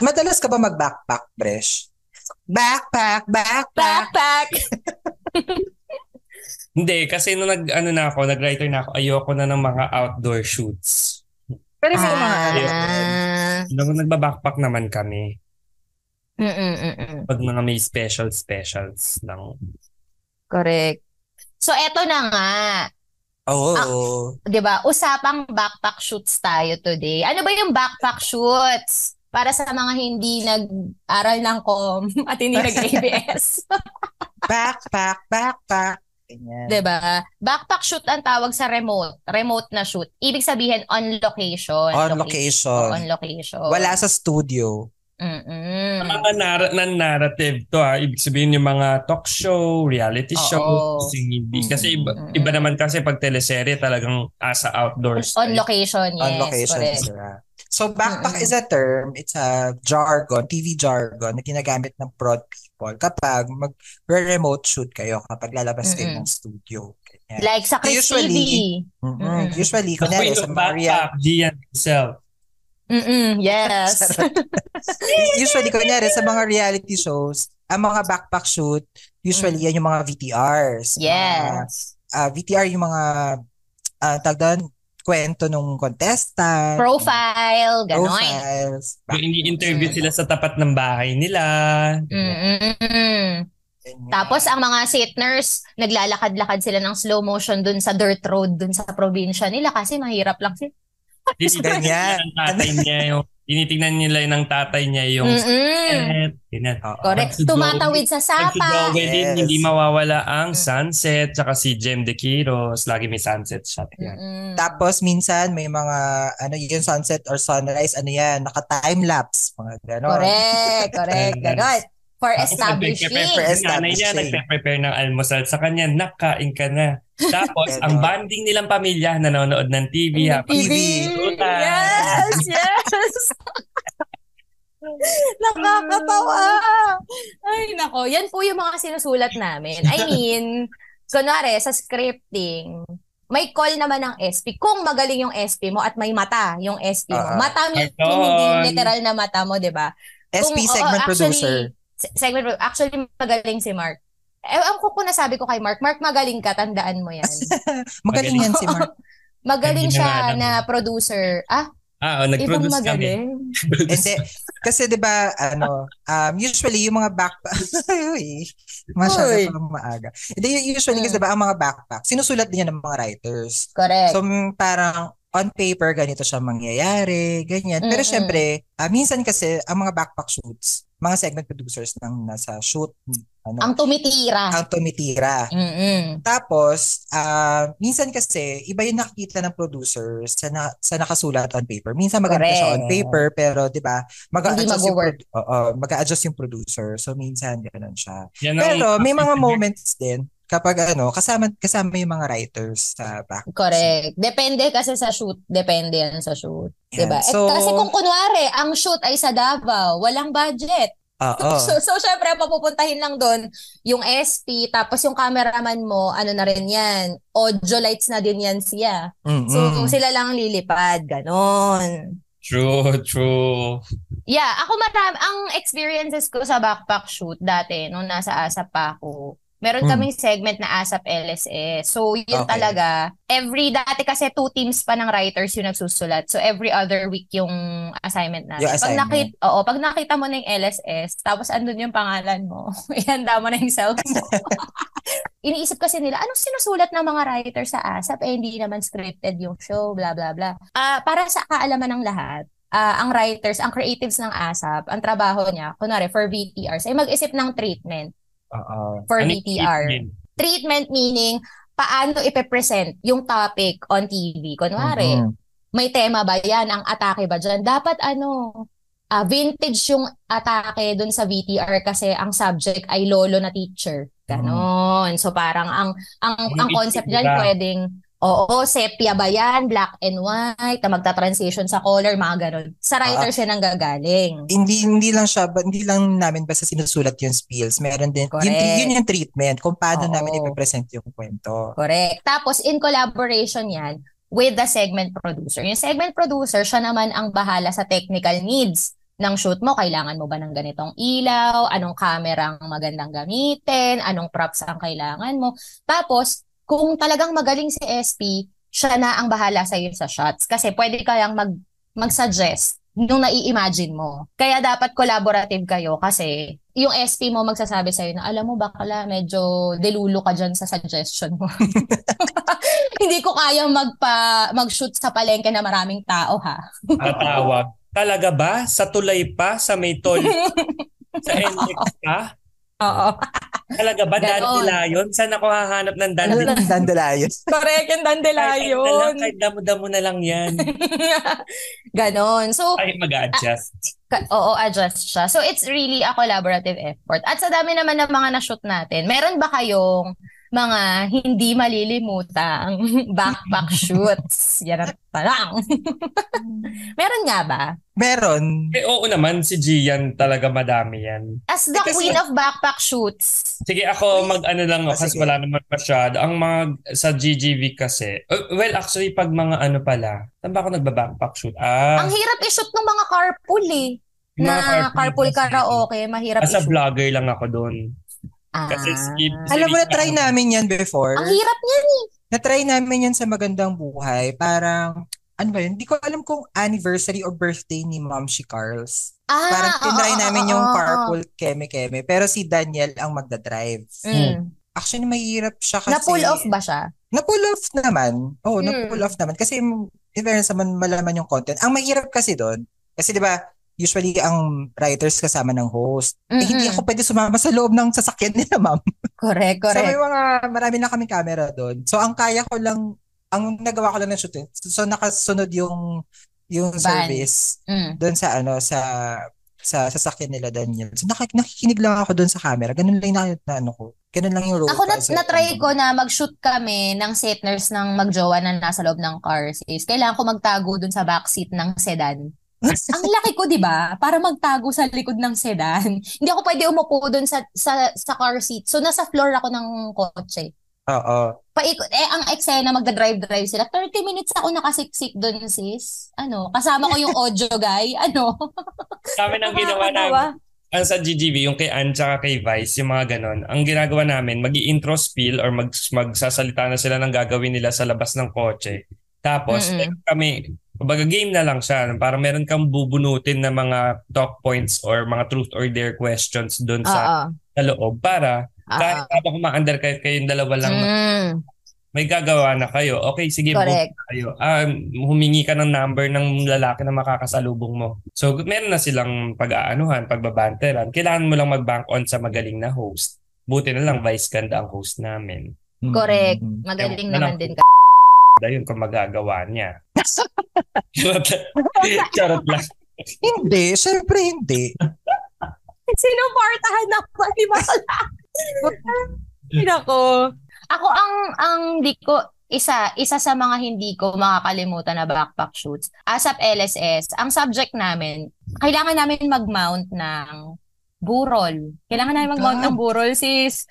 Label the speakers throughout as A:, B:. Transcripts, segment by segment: A: Madalas ka ba mag-backpack, Bresh? Backpack, backpack.
B: Backpack!
C: Hindi, kasi nung nag, ano na ako, nag-writer na ako, ayoko na ng mga outdoor shoots.
A: Pero may mga
B: Ah.
A: ano,
C: Nung nagbabackpack naman kami,
B: Mm-mm-mm.
C: pag mga may special specials lang.
B: Correct. So, eto na nga.
A: Oo.
B: Ah. 'di ba? Usapang backpack shoots tayo today. Ano ba yung backpack shoots? Para sa mga hindi nag-aral ng com at hindi nag-ABS,
A: Backpack, backpack. Ganyan.
B: 'di ba? Backpack shoot ang tawag sa remote, remote na shoot. Ibig sabihin on location.
A: On
B: Oo,
A: location.
B: On location.
A: Wala sa studio.
B: Mm-mm.
C: Mga nar- non-narrative to ha. Ibig sabihin yung mga talk show, reality
B: Oo.
C: show. Kasi, hindi, kasi iba,
B: Mm-mm.
C: iba naman kasi pag teleserye talagang asa outdoors.
B: On location, yes.
A: on location.
B: correct.
A: sila. So backpack
B: Mm-mm.
A: is a term, it's a jargon, TV jargon na ginagamit ng broad people kapag mag-remote shoot kayo kapag lalabas kayo ng
B: Mm-mm.
A: studio. Ganyan.
B: Like sa Chris
A: Usually,
B: TV.
A: Mm-mm.
B: Mm-mm.
A: Usually,
B: eh,
C: Ako
A: kunyari
C: yung
A: sa Maria,
C: backpack, Gian himself.
B: Mm-mm, yes.
A: usually kunyari sa mga reality shows, ang mga backpack shoot, usually yan yung mga VTRs. Mga,
B: Mm. yes.
A: ah, VTR yung mga, uh, tag doon, kwento ng contestant.
B: Profile, gano'n.
A: Profiles.
C: Yung ini-interview
B: Mm.
C: sila sa tapat ng bahay nila.
B: Mm-mm.
A: Ganyan.
B: Tapos ang mga sitners, naglalakad-lakad sila ng slow motion dun sa dirt road dun sa probinsya nila kasi mahirap lang sila.
C: Tinitignan
A: Ganyan.
C: nila ng tatay niya yung tinitignan nila ng tatay niya yung
B: Mm-mm.
C: sunset. Ganyan.
A: Oo.
B: Correct.
C: Pag-sudow-
B: Tumatawid sa
C: Pag
B: sapa.
C: si din,
A: Yes.
C: hindi mawawala ang
B: Mm.
C: sunset. Tsaka si Jem De Quiros, lagi may sunset shot. Yan.
B: Mm-mm.
A: Tapos minsan may mga ano yung sunset or sunrise ano yan, naka time lapse mga ganon.
B: Correct, correct. Ganon. For
C: Nagpe-prepare-
B: establishing.
A: For
C: yung nanay niya
A: establishing.
C: nagpe-prepare ng almusal sa kanya, nakain ka na. Tapos,
A: Ganon.
C: ang bonding nilang pamilya, nanonood ng TV habang
A: TV.
C: nagsusutan.
B: Yes, yes. Nakakatawa. Ay, nako. Yan po yung mga sinusulat namin. I mean, kunwari, sa scripting, may call naman ng SP. Kung magaling yung SP mo at may mata yung SP
A: Ah,
B: mo. mata meaning
C: carton.
B: hindi literal na mata mo, di ba?
A: SP
B: Kung- oo,
A: segment
B: actually,
A: producer.
B: se- Segment pro- Actually, magaling si Mark. Eh, ang ko kung nasabi ko kay Mark, Mark, magaling ka, tandaan mo yan.
A: Magaling yan si Mark.
B: Magaling
C: Hindi na nga
B: siya
C: alam.
B: na producer. Ah,
C: Ah, oh,
B: ibang
C: nag-produce kami.
B: magaling.
A: Hindi. Kasi 'di ba ano, um usually yung mga backpack Uy, masyado
B: Uy.
A: pa maaga. Hindi usually kasi
B: Mm.
A: 'di ba ang mga backpack sinusulat din yan ng mga writers.
B: Correct.
A: So mm, parang on paper ganito siya mangyayari, ganyan. Pero
B: Mm-mm.
A: syempre, ah, minsan kasi ang mga backpack shoots, mga segment producers nang nasa shoot ano,
B: ang tumitira.
A: ang tumitira.
B: Mm-mm.
A: Tapos, ah, minsan kasi, iba yung nakikita ng producer sa, na, sa nakasulat on paper. Minsan maganda siya on
B: Correct.
A: paper, pero di ba,
B: Hindi
A: mag-a-adjust yung,
B: mag-work.
A: produ- oo, mag-a-adjust yung producer. So, minsan, ganun siya.
C: Yan oh. ang-
A: Pero, may mga moments din kapag ano, kasama, kasama yung mga writers sa back.
B: Correct. Depende kasi sa shoot. Depende yan sa shoot.
A: Yan.
B: Diba? Eh,
A: So,
B: kasi kung kunwari, ang shoot ay sa Davao, walang budget.
A: oo.
B: So, so syempre, papupuntahin lang doon yung SP, tapos yung cameraman mo, ano na rin yan, audio lights na din yan siya.
A: Mm-mm.
B: So, sila lang ang lilipad, ganon.
C: True, true.
B: Yeah, ako marami, ang experiences ko sa backpack shoot dati, nung nasa ASAP pa ako, meron
A: Hmm.
B: kaming segment na ASAP LSS. So, yun
A: Okay.
B: talaga, every, dati kasi two teams pa ng writers yung nagsusulat. So, every other week yung assignment natin.
A: Yung assignment.
B: Pag nakita, oo, pag nakita mo na yung LSS, tapos andun yung pangalan mo, ihanda mo na yung cellphone mo. Iniisip kasi nila, anong sinusulat ng mga writer sa ASAP? Eh, hindi naman scripted yung show, bla bla bla. Ah, para sa kaalaman ng lahat, ah, ang writers, ang creatives ng ASAP, ang trabaho niya, kunwari for VTRs, ay mag-isip ng treatment
A: Oo.
B: for
C: Ano yung
B: VTR.
C: evening?
B: Treatment meaning, paano ipepresent yung topic on TV. Kunwari,
A: Mhm.
B: may tema ba yan? Ang atake ba dyan? Dapat ano, ah, vintage yung atake dun sa VTR kasi ang subject ay lolo na teacher. Ganon. So parang ang ang,
C: Ang
B: ang concept dyan
C: iba.
B: pwedeng Oo, sepia ba yan? Black and white, na magta-transition sa color, mga ganon. Sa writer siya nang gagaling.
A: hindi hindi lang siya ba- hindi lang namin basta sinusulat yung spills meron din yun,
B: Correct.
A: yun yung treatment kung paano
B: Oo.
A: namin ipepresent yung kwento
B: Correct. Tapos in collaboration yan with the segment producer. Yung segment producer, siya naman ang bahala sa technical needs ng shoot mo, kailangan mo ba ng ganitong ilaw, anong camera ang magandang gamitin, anong props ang kailangan mo. Tapos, kung talagang magaling si SP, siya na ang bahala sa iyo sa shots kasi pwede kayang mag mag-suggest nung nai-imagine mo. Kaya dapat collaborative kayo kasi yung SP mo magsasabi sa'yo na alam mo bakla medyo delulo ka dyan sa suggestion mo. Hindi ko kaya magpa mag-shoot sa palengke na maraming tao ha.
C: Tatawag. Talaga ba? Sa tulay pa? Sa may tol? sa NX pa?
B: Oo.
C: Talaga ba?
B: Ganon.
C: Dandelion? Saan ako hahanap
A: Ano
C: ng dandelion?
A: lang dandelion?
B: Correct yung
C: Kahit ano lang,
B: dandelion.
C: Kahit damo-damo na lang yan.
B: Ganon. So,
C: Ay, mag-adjust.
B: Ka- Oo, adjust siya. So it's really a collaborative effort. At sa dami naman ng mga na-shoot natin, meron ba kayong mga hindi malilimutang backpack shoots? Yan ang tanong. meron nga ba?
A: Meron.
C: Eh, oo naman, si Gian talaga madami yan.
B: As the
A: Eh, kasi-
B: queen of backpack shoots.
C: Sige, ako mag-ano lang ako
A: Ah,
C: kasi
A: sige.
C: wala naman masyado. Ang mga sa GGV kasi, uh, well actually pag mga ano pala, saan ba ako nagba-backpack shoot? Ah,
B: Ang hirap i-shoot ng mga carpool eh.
C: yung mga
B: Na carpool
C: kasi.
B: karaoke, mahirap
C: As a
B: i-shoot.
C: vlogger lang ako doon.
B: Ah.
C: Kasi skip.
A: Alam mo, na-try namin yan before.
B: Ang hirap niya.
A: Na-try namin yan sa Magandang Buhay. Parang, ano ba yun? Hindi ko alam kung anniversary or birthday ni Mom si Carls.
B: Ah,
A: Parang
B: oo,
A: tinry
B: oo,
A: namin
B: oo,
A: yung
B: oo.
A: carpool keme-keme. Pero si Daniel ang magdadrive.
B: Mm.
A: Actually, mahirap siya kasi.
B: Na-pull off ba siya?
A: Na-pull off naman. Oo,
B: Hmm.
A: na-pull off naman. Kasi in fairness naman malaman yung content. Ang mahirap kasi doon, kasi di ba, usually ang writers kasama ng host. Eh, hindi ako
B: Mm-mm.
A: pwede sumama sa loob ng sasakyan nila, ma'am.
B: Correct,
A: So may
B: correct.
A: mga, marami na kaming camera doon. So ang kaya ko lang, ang nagawa ko lang ng shooting, so nakasunod yung yung
B: Van.
A: service
B: Mm.
A: doon sa ano sa sa sasakyan nila Daniel. So nakik- nakikinig lang ako doon sa camera. Ganun lang yung na, ano ko. Ganun lang yung role
B: Ako na,
A: as a-
B: na-try ko na mag-shoot kami ng set nurse ng magjowa na nasa loob ng cars is kailangan ko magtago dun sa backseat ng sedan. Ang laki ko, di ba? Para magtago sa likod ng sedan. Hindi ako pwede umupo dun sa, sa, sa car seat. So, nasa floor ako ng kotse.
A: Oo.
B: Paikot. Eh, ang eksena, magdadrive-drive sila. 30 minutes ako nakasiksik dun, sis. Ano? Kasama ko yung audio guy. Ano?
C: Kami nang ginawa
B: Nakakatawa.
C: namin. Ang sa GGV, yung kay Ann tsaka kay Vice, yung mga ganon. Ang ginagawa namin, mag intro spiel or mag magsasalita na sila ng gagawin nila sa labas ng kotse. Tapos,
B: Mm-mm.
C: meron kami, kumbaga game na lang siya. Parang meron kang bubunutin na mga talk points or mga truth or dare questions doon sa,
B: Oo.
C: sa loob para
B: Oo.
C: kahit habang kumaandar kayo, kayong dalawa lang,
B: Mm,
C: may gagawa na kayo. Okay, sige, move
B: correct.
C: kayo. Ah, humingi ka ng number ng lalaki na makakasalubong mo. So, meron na silang pag-aanuhan, pagbabanteran. Kailangan mo lang mag-bank on sa magaling na host. Buti na lang, vice ganda ang host namin.
B: Correct.
A: Mm.
B: Magaling
C: Ewan ko
B: naman
C: lang.
B: din
C: Dahil yun kung magagawa niya. Charot lang. Charot lang.
A: Hindi, syempre hindi.
B: Sinuportahan ako, di ba? Nako. Ako ang ang di ko isa isa sa mga hindi ko makakalimutan na backpack shoots. ASAP LSS, ang subject namin, kailangan namin mag-mount ng burol. Kailangan
A: Oh
B: namin mag-mount ng burol sis.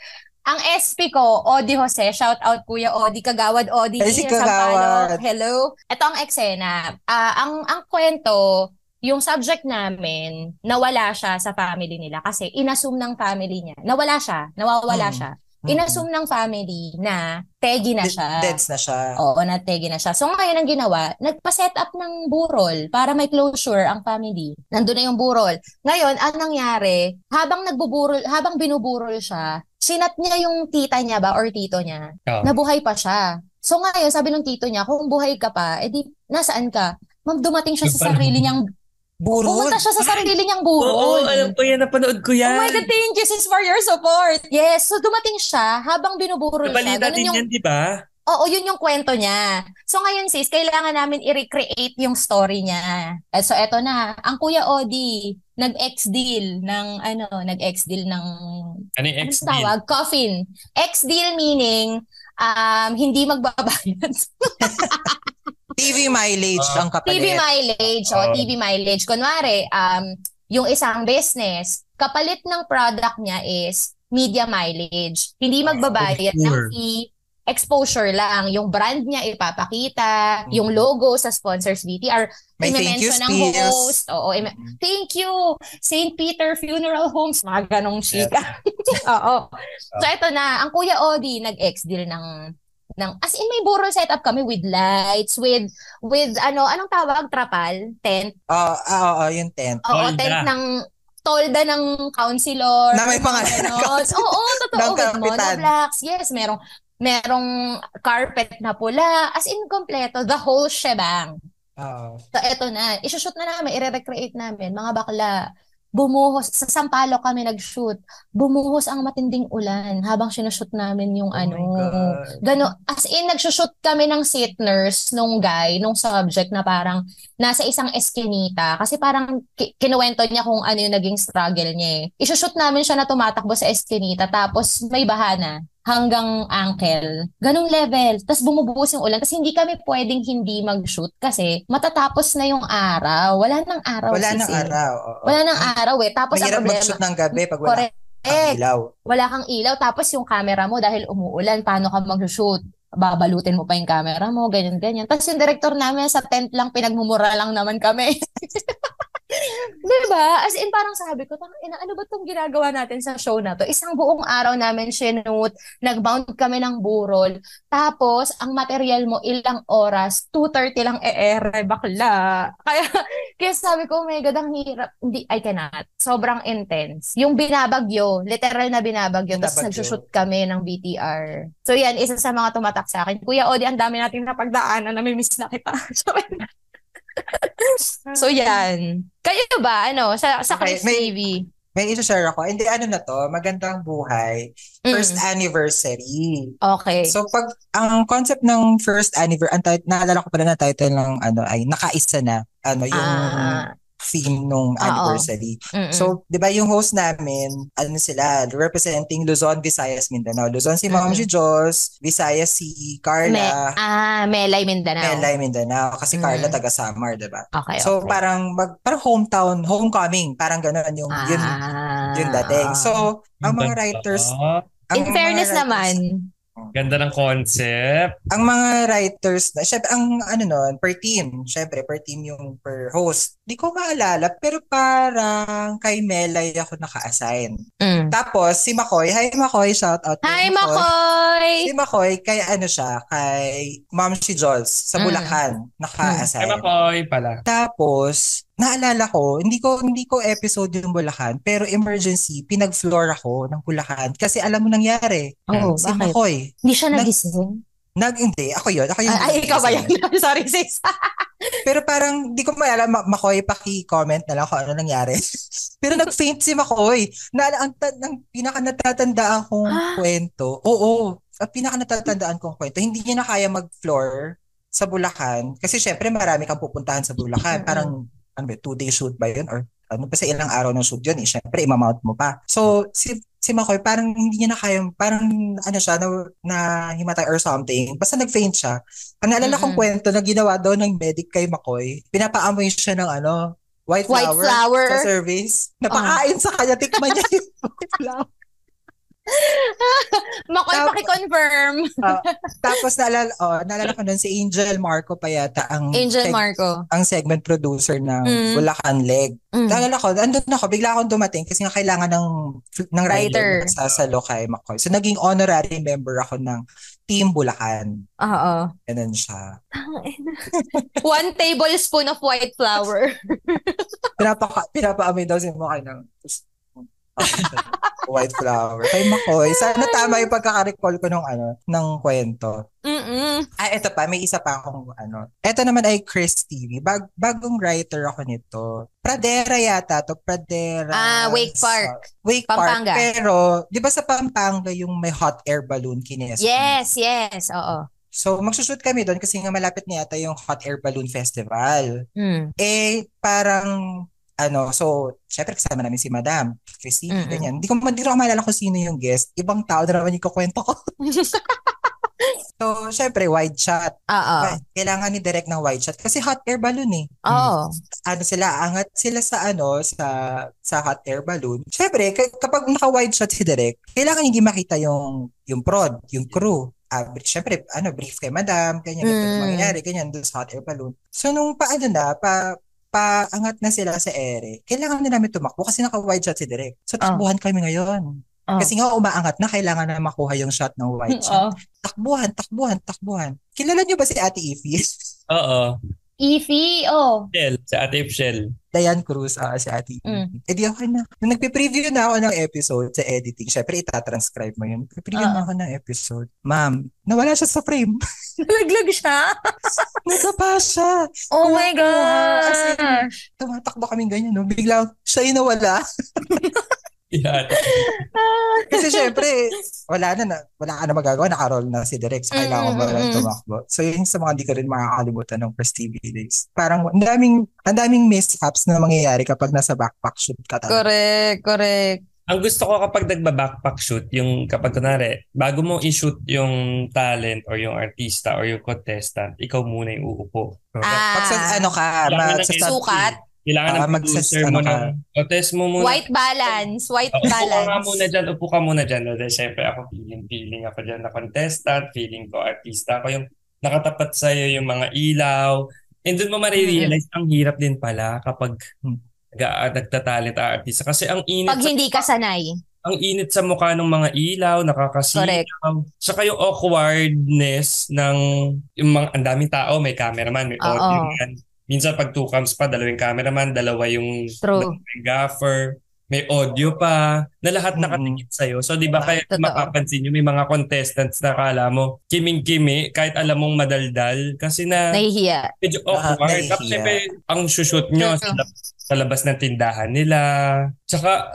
B: Ang SP ko, Odi Jose, shout out Kuya Odi, Kagawad Odi,
A: Ay, si
B: sa Sampaloc.
A: Kagawad.
B: Hello. Ito ang eksena. Ah, ang ang kwento, yung subject namin, nawala siya sa family nila kasi inassume ng family niya. Nawala siya, nawawala
A: Hmm.
B: siya. Inassume ng family na tegi na
A: Dead-
B: siya.
A: Deads na siya.
B: Oo, na tegi na siya. So ngayon ang ginawa, nagpa-set up ng burol para may closure ang family. Nandun na yung burol. Ngayon, ang nangyari, habang nagbuburol, habang binuburol siya, sinat niya yung tita niya ba or tito niya.
C: Oh.
B: Nabuhay pa siya. So ngayon, sabi ng tito niya, kung buhay ka pa, edi nasaan ka? Ma'am, dumating siya sa
C: Parang-
B: sarili niyang,
A: Burol.
B: pumunta siya sa sarili niyang
C: Oo,
B: burol.
C: alam ko yan. Napanood
B: Oh
C: ko
B: my
C: yan.
B: God, thank you sis for your support. Yes, so dumating siya habang binuburol siya.
C: Nabalita
B: Ganun
C: din
B: yung,
C: yan, di ba?
B: oo, yun yung kwento niya. So ngayon sis, kailangan namin i-recreate yung story niya. Eh, so eto na, ang Kuya Odi, nag-ex deal ng ano, nag-ex deal ng
C: Ano yung
B: ano
C: ex
B: tawag? Coffin. Ex deal meaning um, hindi magbabayad.
A: TV mileage
C: Ah.
A: ang kapalit.
B: TV mileage o
C: Oo.
B: TV mileage. Kunwari, um, yung isang business, kapalit ng product niya is media mileage. Hindi magbabayad ng
C: Sure.
B: fee exposure lang. Yung brand niya ipapakita,
A: Mm.
B: yung logo sa sponsors VTR,
A: May thank you
B: i-mention ng
A: speech.
B: host. Oo, i-
A: Mm.
B: thank you, St. Peter Funeral Homes, mga ganong chika. Oo. So,
A: Ah.
B: ito na, ang Kuya Odi, nag-ex deal ng ng as in may buro setup kami with lights with with ano anong tawag trapal tent
A: Oo, Ah, oo, oo, yung tent.
B: oo
C: Tolda.
B: tent ng tolda ng counselor
A: Na may pangalan ng
B: Ganon. oo totoo
A: Ng
B: with
A: kapitan.
B: monoblocks yes merong merong carpet na pula as in kompleto the whole shebang
A: Oo.
B: So, eto na. Isushoot na namin. I-recreate namin. Mga bakla. Bumuhos. Sa Sampalo kami nag-shoot. Bumuhos ang matinding ulan habang sinushoot namin
A: Oh
B: yung ano.
A: my God.
B: Gano, as in, nagsushoot kami ng seat nurse nung guy, nung subject na parang nasa isang eskinita. Kasi parang ki- kinuwento niya kung ano yung naging struggle niya eh. Isushoot namin siya na tumatakbo sa eskinita tapos may bahana hanggang ankle. Ganong level. Tapos bumubuhos yung ulan. Tapos hindi kami pwedeng hindi mag-shoot kasi matatapos na yung araw. Wala nang araw.
A: Wala
B: sis,
A: nang
B: eh.
A: araw. oo.
B: Wala nang araw eh. Tapos ang
A: Mahirap
B: problema.
A: mag-shoot ng gabi pag wala
B: Correct
A: kang ilaw.
B: wala kang ilaw, tapos yung camera mo dahil umuulan, paano ka mag-shoot? Babalutin mo pa yung camera mo, ganyan, ganyan. Tapos yung director namin sa tent lang, pinagmumura lang naman kami. diba? As in, parang sabi ko, "Tang ina, ano ba itong ginagawa natin sa show na to? Isang buong araw namin sinute, nag-bound kami ng burol, tapos ang material mo ilang oras, 2.30 lang e-ere, bakla. Kaya kaya sabi ko, oh my God, ang hirap. Hindi, I cannot. Sobrang intense. Yung binabagyo, literal na binabagyo, tapos
A: Binabagyo.
B: nagsushoot kami ng BTR. So yan, isa sa mga tumatak sa akin. Kuya Odi, ang dami nating napagdaanan, namimiss na kita. so yan. Kayo ba, ano, sa, sa
A: Ah. Okay,
B: Chris
A: may-
B: TV?
A: May isa-share ako. Hindi, ano na to, magandang buhay.
B: Mm,
A: First anniversary.
B: okay.
A: So pag ang concept ng first anniversary, ang tit- naalala ko pala na title ng ano ay nakaisa na ano yung
B: Ah, Mm.
A: theme nung anniversary.
B: mm-mm.
A: So, 'di ba yung host namin, ano sila, representing Luzon, Visayas, Mindanao. Luzon si Ma'am
B: Mm-mm.
A: si Jos, Visayas si Carla,
B: ah, Melay Mindanao.
A: Melay Mindanao kasi
B: Mm.
A: Carla taga Samar, 'di ba?
B: Okay,
A: So
B: okay.
A: parang mag, parang hometown, homecoming, parang ganoon yung
B: Ah.
A: yun yun dating. So, ang mga
C: Ganda.
A: writers, ang
B: in
A: mga
B: fairness
A: writers-
B: naman,
C: Ganda ng concept.
A: ang mga writers na, syempre, ang ano nun, per team, syempre, per team yung per host. Di ko maalala, pero parang kay Melay ako naka-assign.
B: mm.
A: Tapos, si Makoy, hi Makoy, shout out. to
B: Hi, Makoy!
A: Si Makoy, kay ano siya, kay Ma'am si Jols, sa
B: Mm.
A: Bulacan,
C: Ay,
A: naka-assign.
C: Makoy pala.
A: Tapos, naalala ko, hindi ko hindi ko episode yung Bulacan, pero emergency, pinag-floor ako ng Bulacan kasi alam mo nangyari.
B: Oh,
A: si
B: bakit?
A: Makoy,
B: Hindi siya
A: Nag-
B: nagising? Ah,
A: nag, hindi, ako yun, ako yun.
B: Ay, ay, ikaw ba yan? Sorry, sis.
A: Pero parang di ko maalala, Ma- Makoy, paki-comment na lang kung ano nangyari. Pero nag-faint si Makoy. Na, ang, ta- ang pinaka natatandaan kong
B: Ah.
A: kwento, oo, ang pinaka natatandaan kong kwento, hindi niya na kaya mag-floor sa Bulacan. Kasi syempre marami kang pupuntahan sa Bulacan.
B: Mm-mm.
A: Parang, ano ba, two-day shoot ba yun? Or ano pa sa ilang araw ng shoot yun? Eh, syempre, imamount mo pa. So, si si Makoy, parang hindi niya na kaya, parang ano siya, na, na himatay or something. Basta nag-faint siya. Ang naalala kong
B: Mm-mm.
A: kwento na ginawa daw ng medic kay Makoy, pinapaamoy siya ng ano, white,
B: White
A: flower,
B: flower.
A: sa service. Napakain sa kanya, tikman niya yung white flower.
B: Makoy,
A: Tama.
B: paki-confirm.
A: Tapos naalala, oh, naalala ko nun si Angel Marco pa yata ang,
B: Angel
A: seg-
B: Marco.
A: ang segment producer ng
B: Mm.
A: Bulacan Leg.
B: Mm.
A: Naalala ko, andun ako, bigla akong dumating kasi nga kailangan ng, ng writer, na
B: Writer.
A: nagsasalo kay Makoy. So naging honorary member ako ng Team Bulacan.
B: Oo.
A: Ganun siya.
B: One tablespoon of white flour.
A: Pinapaka, pinapaamoy daw si Makoy ng white flower. Kay Makoy, sana tama yung pagkakarecall ko nung ano, ng kwento.
B: Mm-mm.
A: Ah, eto pa, may isa pa akong ano. Eto naman ay Chris TV. Bag, bagong writer ako nito. Pradera yata to. Pradera.
B: Ah, Wake
A: sa-
B: Park.
A: Wake
B: Pampanga.
A: Park. Pero, di ba sa Pampanga yung may hot air balloon kinesp?
B: Yes, yes. Oo.
A: So, magsushoot kami doon kasi nga malapit na yata yung hot air balloon festival
B: Mm.
A: eh parang ano, so syempre kasama namin si Madam, Christine,
B: Mm-mm.
A: ganyan. Hindi ko hindi ko maalala kung sino yung guest. Ibang tao na naman yung kukwento ko. So, syempre, wide shot.
B: Oo.
A: Kailangan ni direct ng wide shot kasi hot air balloon eh.
B: Oo.
A: Ano sila, angat sila sa ano, sa sa hot air balloon. Syempre, k- kapag naka-wide shot si direct, kailangan hindi makita yung yung prod, yung crew. ah, br- syempre, ano, brief kay madam, ganyan, ganyan,
B: Mm.
A: mangyayari, ganyan, doon sa hot air balloon. So, nung pa, ano na, pa, paangat na sila sa ere, kailangan na namin tumakbo kasi naka-wide shot si Direk. So,
B: Ah.
A: takbuhan kami ngayon.
B: Ah.
A: Kasi nga umaangat na, kailangan na makuha yung shot ng wide shot.
B: Oo.
A: Takbuhan, takbuhan, takbuhan. Kilala niyo ba si Ate Ify?
C: Oo.
B: Ify, oh.
C: Shell. Sa Ate Shell.
A: Diane Cruz, ah, si Ate Ify.
B: Mm.
A: Eh di ako na. Nung nagpe-preview na ako ng episode sa editing, syempre itatranscribe mo yun. Nagpe-preview na
B: Ah.
A: ako ng episode. Ma'am, nawala siya sa frame.
B: Nalaglag siya.
A: Nagapa siya.
B: Oh
A: Wala
B: my
A: ko, ah. As in,
B: gosh.
A: Tumatakbo kaming ganyan. No? Bigla, siya yung nawala.
C: Yan.
B: Ah.
A: Kasi syempre, wala na, na wala ka na magagawa. Nakaroll na si Direk. So, kailangan
B: Mm,
A: mo
B: mm,
A: lang
B: mm.
A: tumakbo. So, yun sa mga hindi ko rin makakalimutan ng first TV days. Parang, ang daming, ang daming mishaps na mangyayari kapag nasa backpack shoot ka talaga.
B: correct, correct.
C: Ang gusto ko kapag nagba-backpack shoot, yung kapag kunwari, bago mo i-shoot yung talent or yung artista or yung contestant, ikaw muna yung uupo.
A: Pag sa,
B: Ah,
A: ano ka,
C: Kailangan ng
A: magsasab-
B: sukat.
C: Kailangan
A: Ah,
C: ng
A: magsas-
C: producer
A: ano
C: mo
A: ka?
C: ng contest mo muna.
B: white balance, white
C: Oh, Upo ka nga
B: balance.
C: muna dyan, upo ka muna dyan. Dahil syempre ako, feeling, feeling ako dyan na contestant, feeling ko artista ako. Yung nakatapat sa'yo yung mga ilaw. And doon mo marirealize,
B: Mm-hmm.
C: ang hirap din pala kapag
A: Hmm.
C: nag- nagtatalit ang artista. Kasi ang init
B: Pag
C: sa
B: hindi ka sanay.
C: ang init sa mukha ng mga ilaw, nakakasilaw.
B: Correct.
C: Saka yung awkwardness ng yung mga ang daming tao, may cameraman, may
B: Oo.
C: audio man. Minsan pag two cams pa, dalawang cameraman, dalawa yung
B: True.
C: may gaffer, may audio pa, na lahat
A: Mm-mm.
C: nakatingin sa'yo. So di ba kaya
B: Totoo.
C: mapapansin nyo, may mga contestants na kala mo, kiming-kimi, kahit alam mong madaldal, kasi na
B: Nahihiya.
C: medyo
A: Lahat
C: awkward.
A: nahihiya.
C: Tapos syempre, ang shoot nyo sa,
B: Mm-mm.
C: lab- sa labas ng tindahan nila. Tsaka,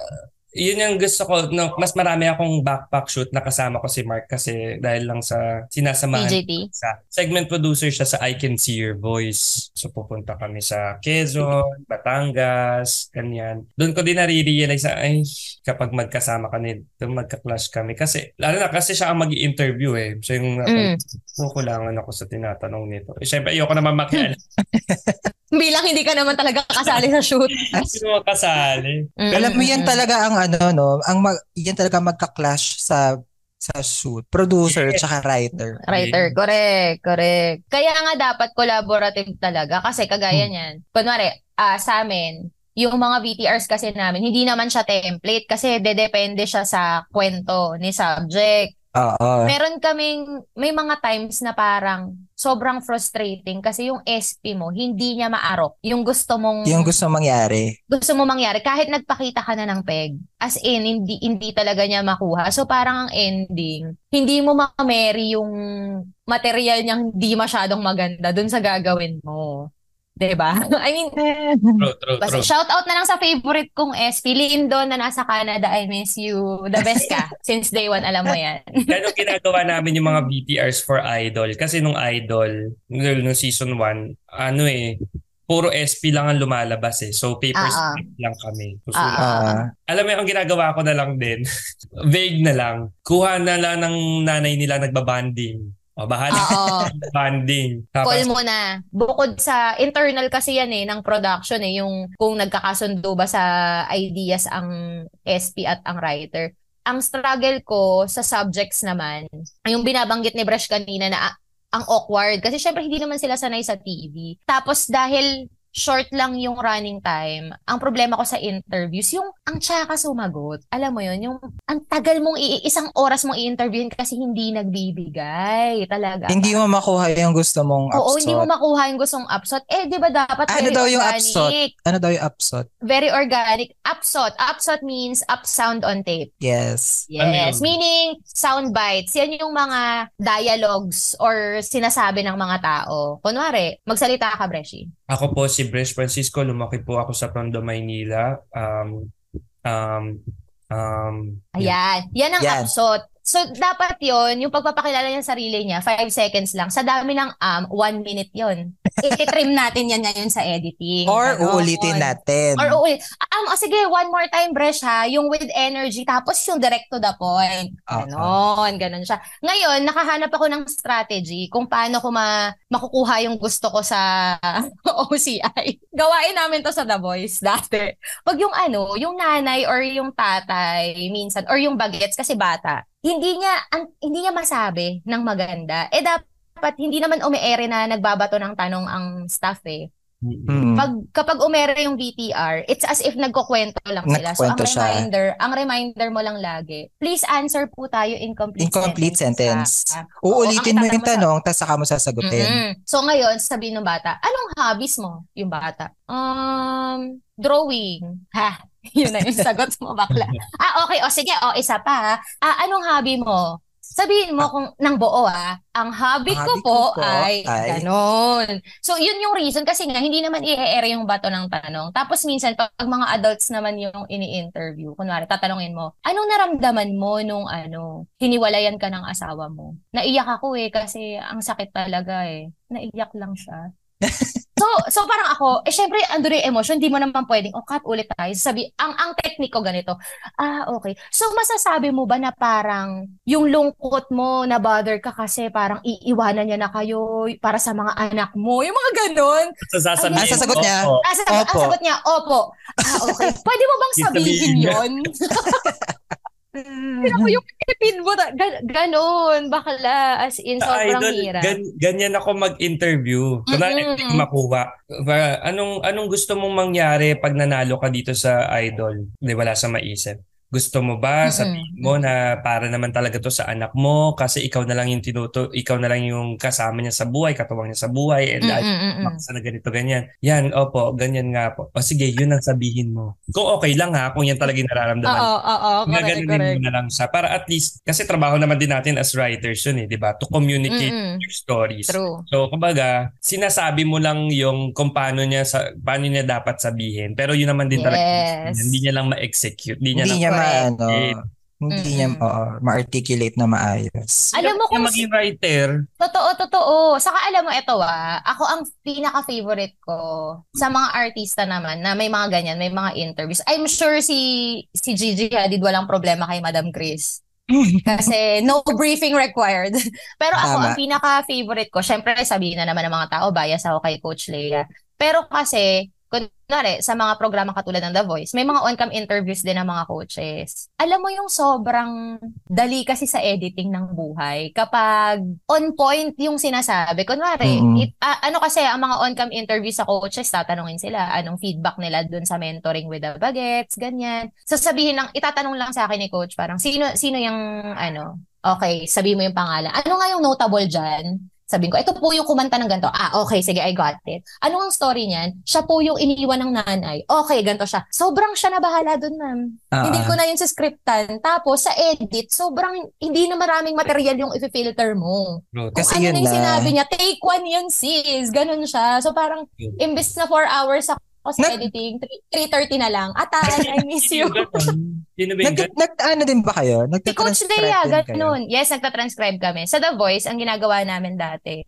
C: yun yung gusto ko. No, mas marami akong backpack shoot na kasama ko si Mark kasi dahil lang sa sinasamahan
B: PJT.
C: sa segment producer siya sa I Can See Your Voice. So pupunta kami sa Quezon, Batangas, ganyan. Doon ko din nare-realize na ay kapag magkasama kami, magka-clash kami. Kasi lalo na kasi siya ang mag interview eh. So yung
B: Mm.
C: kukulangan ako sa tinatanong nito. Eh, syempre, ayoko naman makialam
B: Bilang hindi ka naman talaga kasali sa shoot.
C: sino ang kasali.
B: Mm,
A: Alam mo, yan
B: mm, mm.
A: talaga ang ano, no? Ang mag, yan talaga magka-clash sa sa shoot. Producer, tsaka writer.
B: Writer, correct, correct. Kaya nga dapat collaborative talaga kasi kagaya niyan. Kunwari, ah, sa amin, yung mga VTRs kasi namin, hindi naman siya template kasi dedepende siya sa kwento ni subject.
A: Oo.
B: Meron kaming, may mga times na parang sobrang frustrating kasi yung SP mo, hindi niya maarok. Yung gusto mong
A: Yung gusto mangyari.
B: gusto mo mangyari kahit nagpakita ka na ng peg as in hindi hindi talaga niya makuha so parang ang ending hindi mo makamary yung material niyang hindi masyadong maganda dun sa gagawin mo 'di ba i mean
C: True, true,
B: basta
C: true.
B: shout out na lang sa favorite kong SP Lindo na nasa Canada I miss you the best ka since day one alam mo yan
C: Kaya nung ginagawa namin yung mga BTRs for Idol, kasi nung Idol, nung nung season 1, ano eh, puro SP lang ang lumalabas eh. So, paper
B: Ah, ah.
C: script lang kami. So,
B: Ah,
A: Ah,
C: Alam mo, ang ginagawa ko na lang din, vague na lang, kuha na lang ng nanay nila nagbabanding. O, bahala
B: oo
C: banding.
B: Ah, call
C: Tapos,
B: mo na. Bukod sa internal kasi yan eh, ng production eh, yung kung nagkakasundo ba sa ideas ang SP at ang writer. Ang struggle ko sa subjects naman, yung binabanggit ni Bresh kanina na ah, ang awkward kasi syempre hindi naman sila sanay sa TV. Tapos dahil short lang yung running time, ang problema ko sa interviews, yung ang tsaka sumagot. Alam mo yun, yung ang tagal mong, i- isang oras mong i-interviewin kasi hindi nagbibigay talaga.
A: hindi mo makuha yung gusto mong
B: Oo, hindi mo
A: upshot.
B: makuha yung gustong upsot. Eh, di ba dapat
A: Ano
B: very
A: daw yung
B: organic?
A: upshot? Ano daw yung upshot?
B: Very organic. Upsot. Upsot means up sound on tape.
A: Yes.
C: Ano yun?
B: Yes. Meaning, sound bites. Yan yung mga dialogues or sinasabi ng mga tao. Kunwari, magsalita ka, Breshi.
C: Ako po si Bresh Francisco, lumaki po ako sa Tondo, Maynila. Um, um, um,
B: Ayan. Yan ang
A: Yan.
B: upsot. So, dapat yon yung pagpapakilala niya sa sarili niya, five seconds lang. Sa dami ng um, one minute yon Ititrim natin yan ngayon sa editing.
A: Or
B: Ganon.
A: uulitin natin.
B: Or oo. Um, oh, sige, one more time, Bresh, ha? Yung with energy, tapos yung direct to the point.
A: Ah,
B: Ganon, ganon siya. Ngayon, nakahanap ako ng strategy kung paano ko ma- makukuha yung gusto ko sa OCI. Gawain namin to sa The Voice dati. Pag yung ano, yung nanay or yung tatay, minsan, or yung bagets kasi bata, hindi niya ang, hindi niya masabi ng maganda. Eh dapat hindi naman umeere na nagbabato ng tanong ang staff eh.
A: Hmm.
B: Pag kapag umere yung VTR, it's as if nagkukwento lang sila. So ang
A: Nagkukwento siya.
B: reminder, ang reminder mo lang lagi, please answer po tayo incomplete,
A: Incomplete sentence.
B: Ah,
A: Uulitin
B: ang
A: mo yung
B: tatanong
A: tanong, tapos saka mo sasagutin.
B: mm So ngayon, sabihin ng bata, anong hobbies mo? Yung bata, um, drawing. Ha? Yun na yung sagot mo, bakla. Ah, okay. O sige, o isa pa. ha. Ah, anong hobby mo? Sabihin mo kung ng buo ah, ang hobby
A: Ang hobby
B: ko po,
A: ko po
B: ay,
A: ay-
B: ganon. So yun yung reason kasi nga hindi naman i-air yung bato ng tanong. Tapos minsan pag mga adults naman yung ini-interview, kunwari tatanungin mo, anong naramdaman mo nung ano, hiniwalayan ka ng asawa mo? Naiyak ako eh kasi ang sakit talaga eh. Naiyak lang siya. So, so parang ako, eh syempre, ando na yung emotion, di mo naman pwedeng, oh, cut ulit tayo. Sabi, ang, ang technique ko ganito, Ah, okay. So masasabi mo ba na parang yung lungkot mo na bother ka kasi parang iiwanan niya na kayo para sa mga anak mo, yung mga ganun.
C: Sa
A: Ah,
C: sasabihin,
A: sasagot
C: oo,
A: niya.
C: oo.
B: Ah, sagot, ah,
A: Opo.
B: sagot niya, opo. Ah, okay. Pwede mo bang sabihin
C: Sabihin niya.
B: yon? Ako yung pipin mo, na- gan- ganun, bakla, as in,
C: Sa
B: sobrang
C: Ah, idol,
B: hirap.
C: gan- ganyan ako mag-interview. Kunwari,
B: Mm-mm.
C: hindi ko makuha. Para, anong, anong gusto mong mangyari pag nanalo ka dito sa idol? Hindi, wala sa maisip. Gusto mo
B: Mm-mm.
C: ba sabihin mo na para naman talaga to sa anak mo kasi ikaw na lang yung tinuto, ikaw na lang yung kasama niya sa buhay, katuwang niya sa buhay and I-
B: Mm, mm, mm, mm.
C: Maksa na ganito, ganyan. Yan, opo, ganyan nga po. O sige, yun ang sabihin mo. Kung okay lang ha, kung yan talaga yung nararamdaman
B: Oo, oo,
C: nga
B: correct,
C: ganun
B: correct.
C: mo na lang siya. Para at least, kasi trabaho naman din natin as writers yun eh, di ba? To communicate
B: Mm, mm,
C: your stories.
B: True.
C: So, kumbaga, sinasabi mo lang yung kung paano niya, sa, paano niya dapat sabihin. Pero yun naman din talaga.
B: Yes.
C: Hindi niya lang ma-execute. Hindi niya
A: Hindi
C: lang
A: niya
B: Correct.
A: maano,
C: Eh,
A: hindi niya
B: mm-mm.
A: oo, ma-articulate na maayos.
B: Alam mo
C: Kaya
B: kung
C: maging writer.
B: Totoo, totoo. Saka alam mo, ito ah, ako ang pinaka-favorite ko sa mga artista naman na may mga ganyan, may mga interviews. I'm sure si si Gigi Hadid walang problema kay Madam Chris. Kasi no briefing required. Pero ako,
A: Tama.
B: ang pinaka-favorite ko, syempre sabihin na naman ng mga tao, bias ako kay Coach Lea. Pero kasi, kunwari, sa mga programa katulad ng The Voice, may mga on-cam interviews din ng mga coaches. Alam mo yung sobrang dali kasi sa editing ng buhay. Kapag on point yung sinasabi. Kunwari,
A: Mm.
B: it- ah, ano kasi, ang mga on-cam interview sa coaches, tatanungin sila anong feedback nila dun sa mentoring with the bagets, ganyan. Sasabihin lang, itatanong lang sa akin ni coach, parang sino, sino yung, ano, okay, sabi mo yung pangalan. Ano nga yung notable dyan? Sabihin ko, ito po yung kumanta ng ganito. Ah, okay, sige, I got it. Ano ang story niyan? Siya po yung iniwan ng nanay. Okay, ganito siya. Sobrang siya na bahala dun, ma'am.
A: Ah,
B: Hindi ko na yun sa scriptan. Tapos sa edit, sobrang hindi na maraming material yung i-filter mo. Kung
A: Kasi
B: ano
A: yun
B: na yung
A: na.
B: sinabi niya, take one yun sis. Ganun siya. So parang
C: Yun.
B: imbes na four hours ako sa
A: Nag-
B: editing, three- 3.30 na lang. Atan, I miss you.
C: Sino ba yun? Sino ba yun?
A: Nag, nag, ano din ba kayo?
B: Si Coach
A: Nagtitranscribe
B: Dea,
A: din kayo?
B: ganun. Yes, nagtatranscribe kami. Sa The Voice, ang ginagawa namin dati,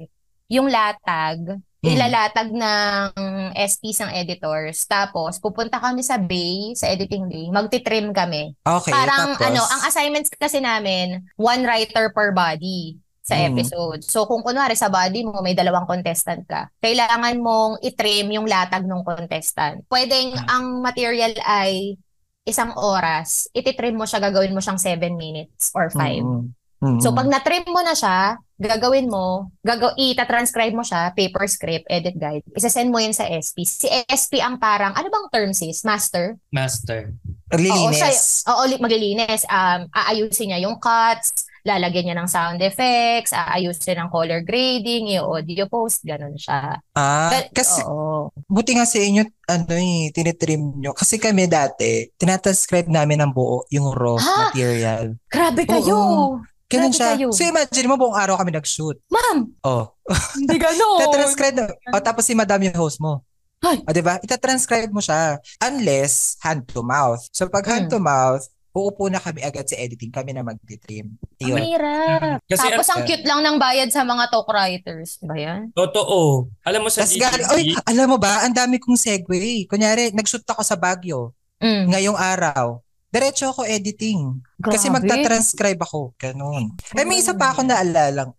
B: yung latag,
A: Hmm.
B: ilalatag ng SPs ng editors. Tapos, pupunta kami sa bay, sa editing bay, magti-trim kami.
A: Okay,
B: Parang,
A: tapos,
B: ano, ang assignments kasi namin, one writer per body sa
A: Mm.
B: episode. So, kung kunwari sa body mo, may dalawang contestant ka, kailangan mong itrim yung latag ng contestant. Pwedeng
A: Hmm.
B: ang material ay isang oras, ititrim mo siya, gagawin mo siyang 7 minutes or 5.
A: Mm, mm, mm.
B: So pag na-trim mo na siya, gagawin mo, gagaw ita-transcribe mo siya, paper script, edit guide. Isa-send mo yun sa SP. Si SP ang parang, ano bang term sis? Master?
C: Master.
A: Lilinis.
B: Oo, siya- oo, li- maglilinis. Um, aayusin niya yung cuts, lalagyan niya ng sound effects, aayusin ng color grading, yung audio post, ganun siya.
A: Ah,
B: But-
A: kasi
B: oo.
A: buti nga sa inyo, ano eh, tinitrim nyo. Kasi kami dati, tinatranscribe namin ng buo yung raw
B: Ha?
A: material.
B: Grabe kayo!
A: Oo. Ganun
B: Grabe
A: siya.
B: kayo.
A: So imagine mo, buong araw kami nag-shoot.
B: Ma'am!
A: Oh.
B: Hindi ganun!
A: Tatranscribe na. O tapos si madam yung host mo.
B: Ano? Ay.
A: O diba? Itatranscribe mo siya. Unless hand to mouth. So pag hand
B: Hmm.
A: to mouth, uupo na kami agad sa editing. Kami na magtitrim.
B: Ang
A: Yun.
B: hirap.
C: Kasi
B: Ah, Tapos
C: ano-
B: ang cute lang ng bayad sa mga talk writers. Ba yan?
C: Totoo. Alam mo sa
A: Tapos gali, oy, alam mo ba, ang dami kong segue. Kunyari, nag-shoot ako sa Baguio
B: Mm.
A: ngayong araw. Diretso ako editing. Kasi
B: Grabe.
A: magta-transcribe ako. Ganun. Eh, may isa pa ako naalala.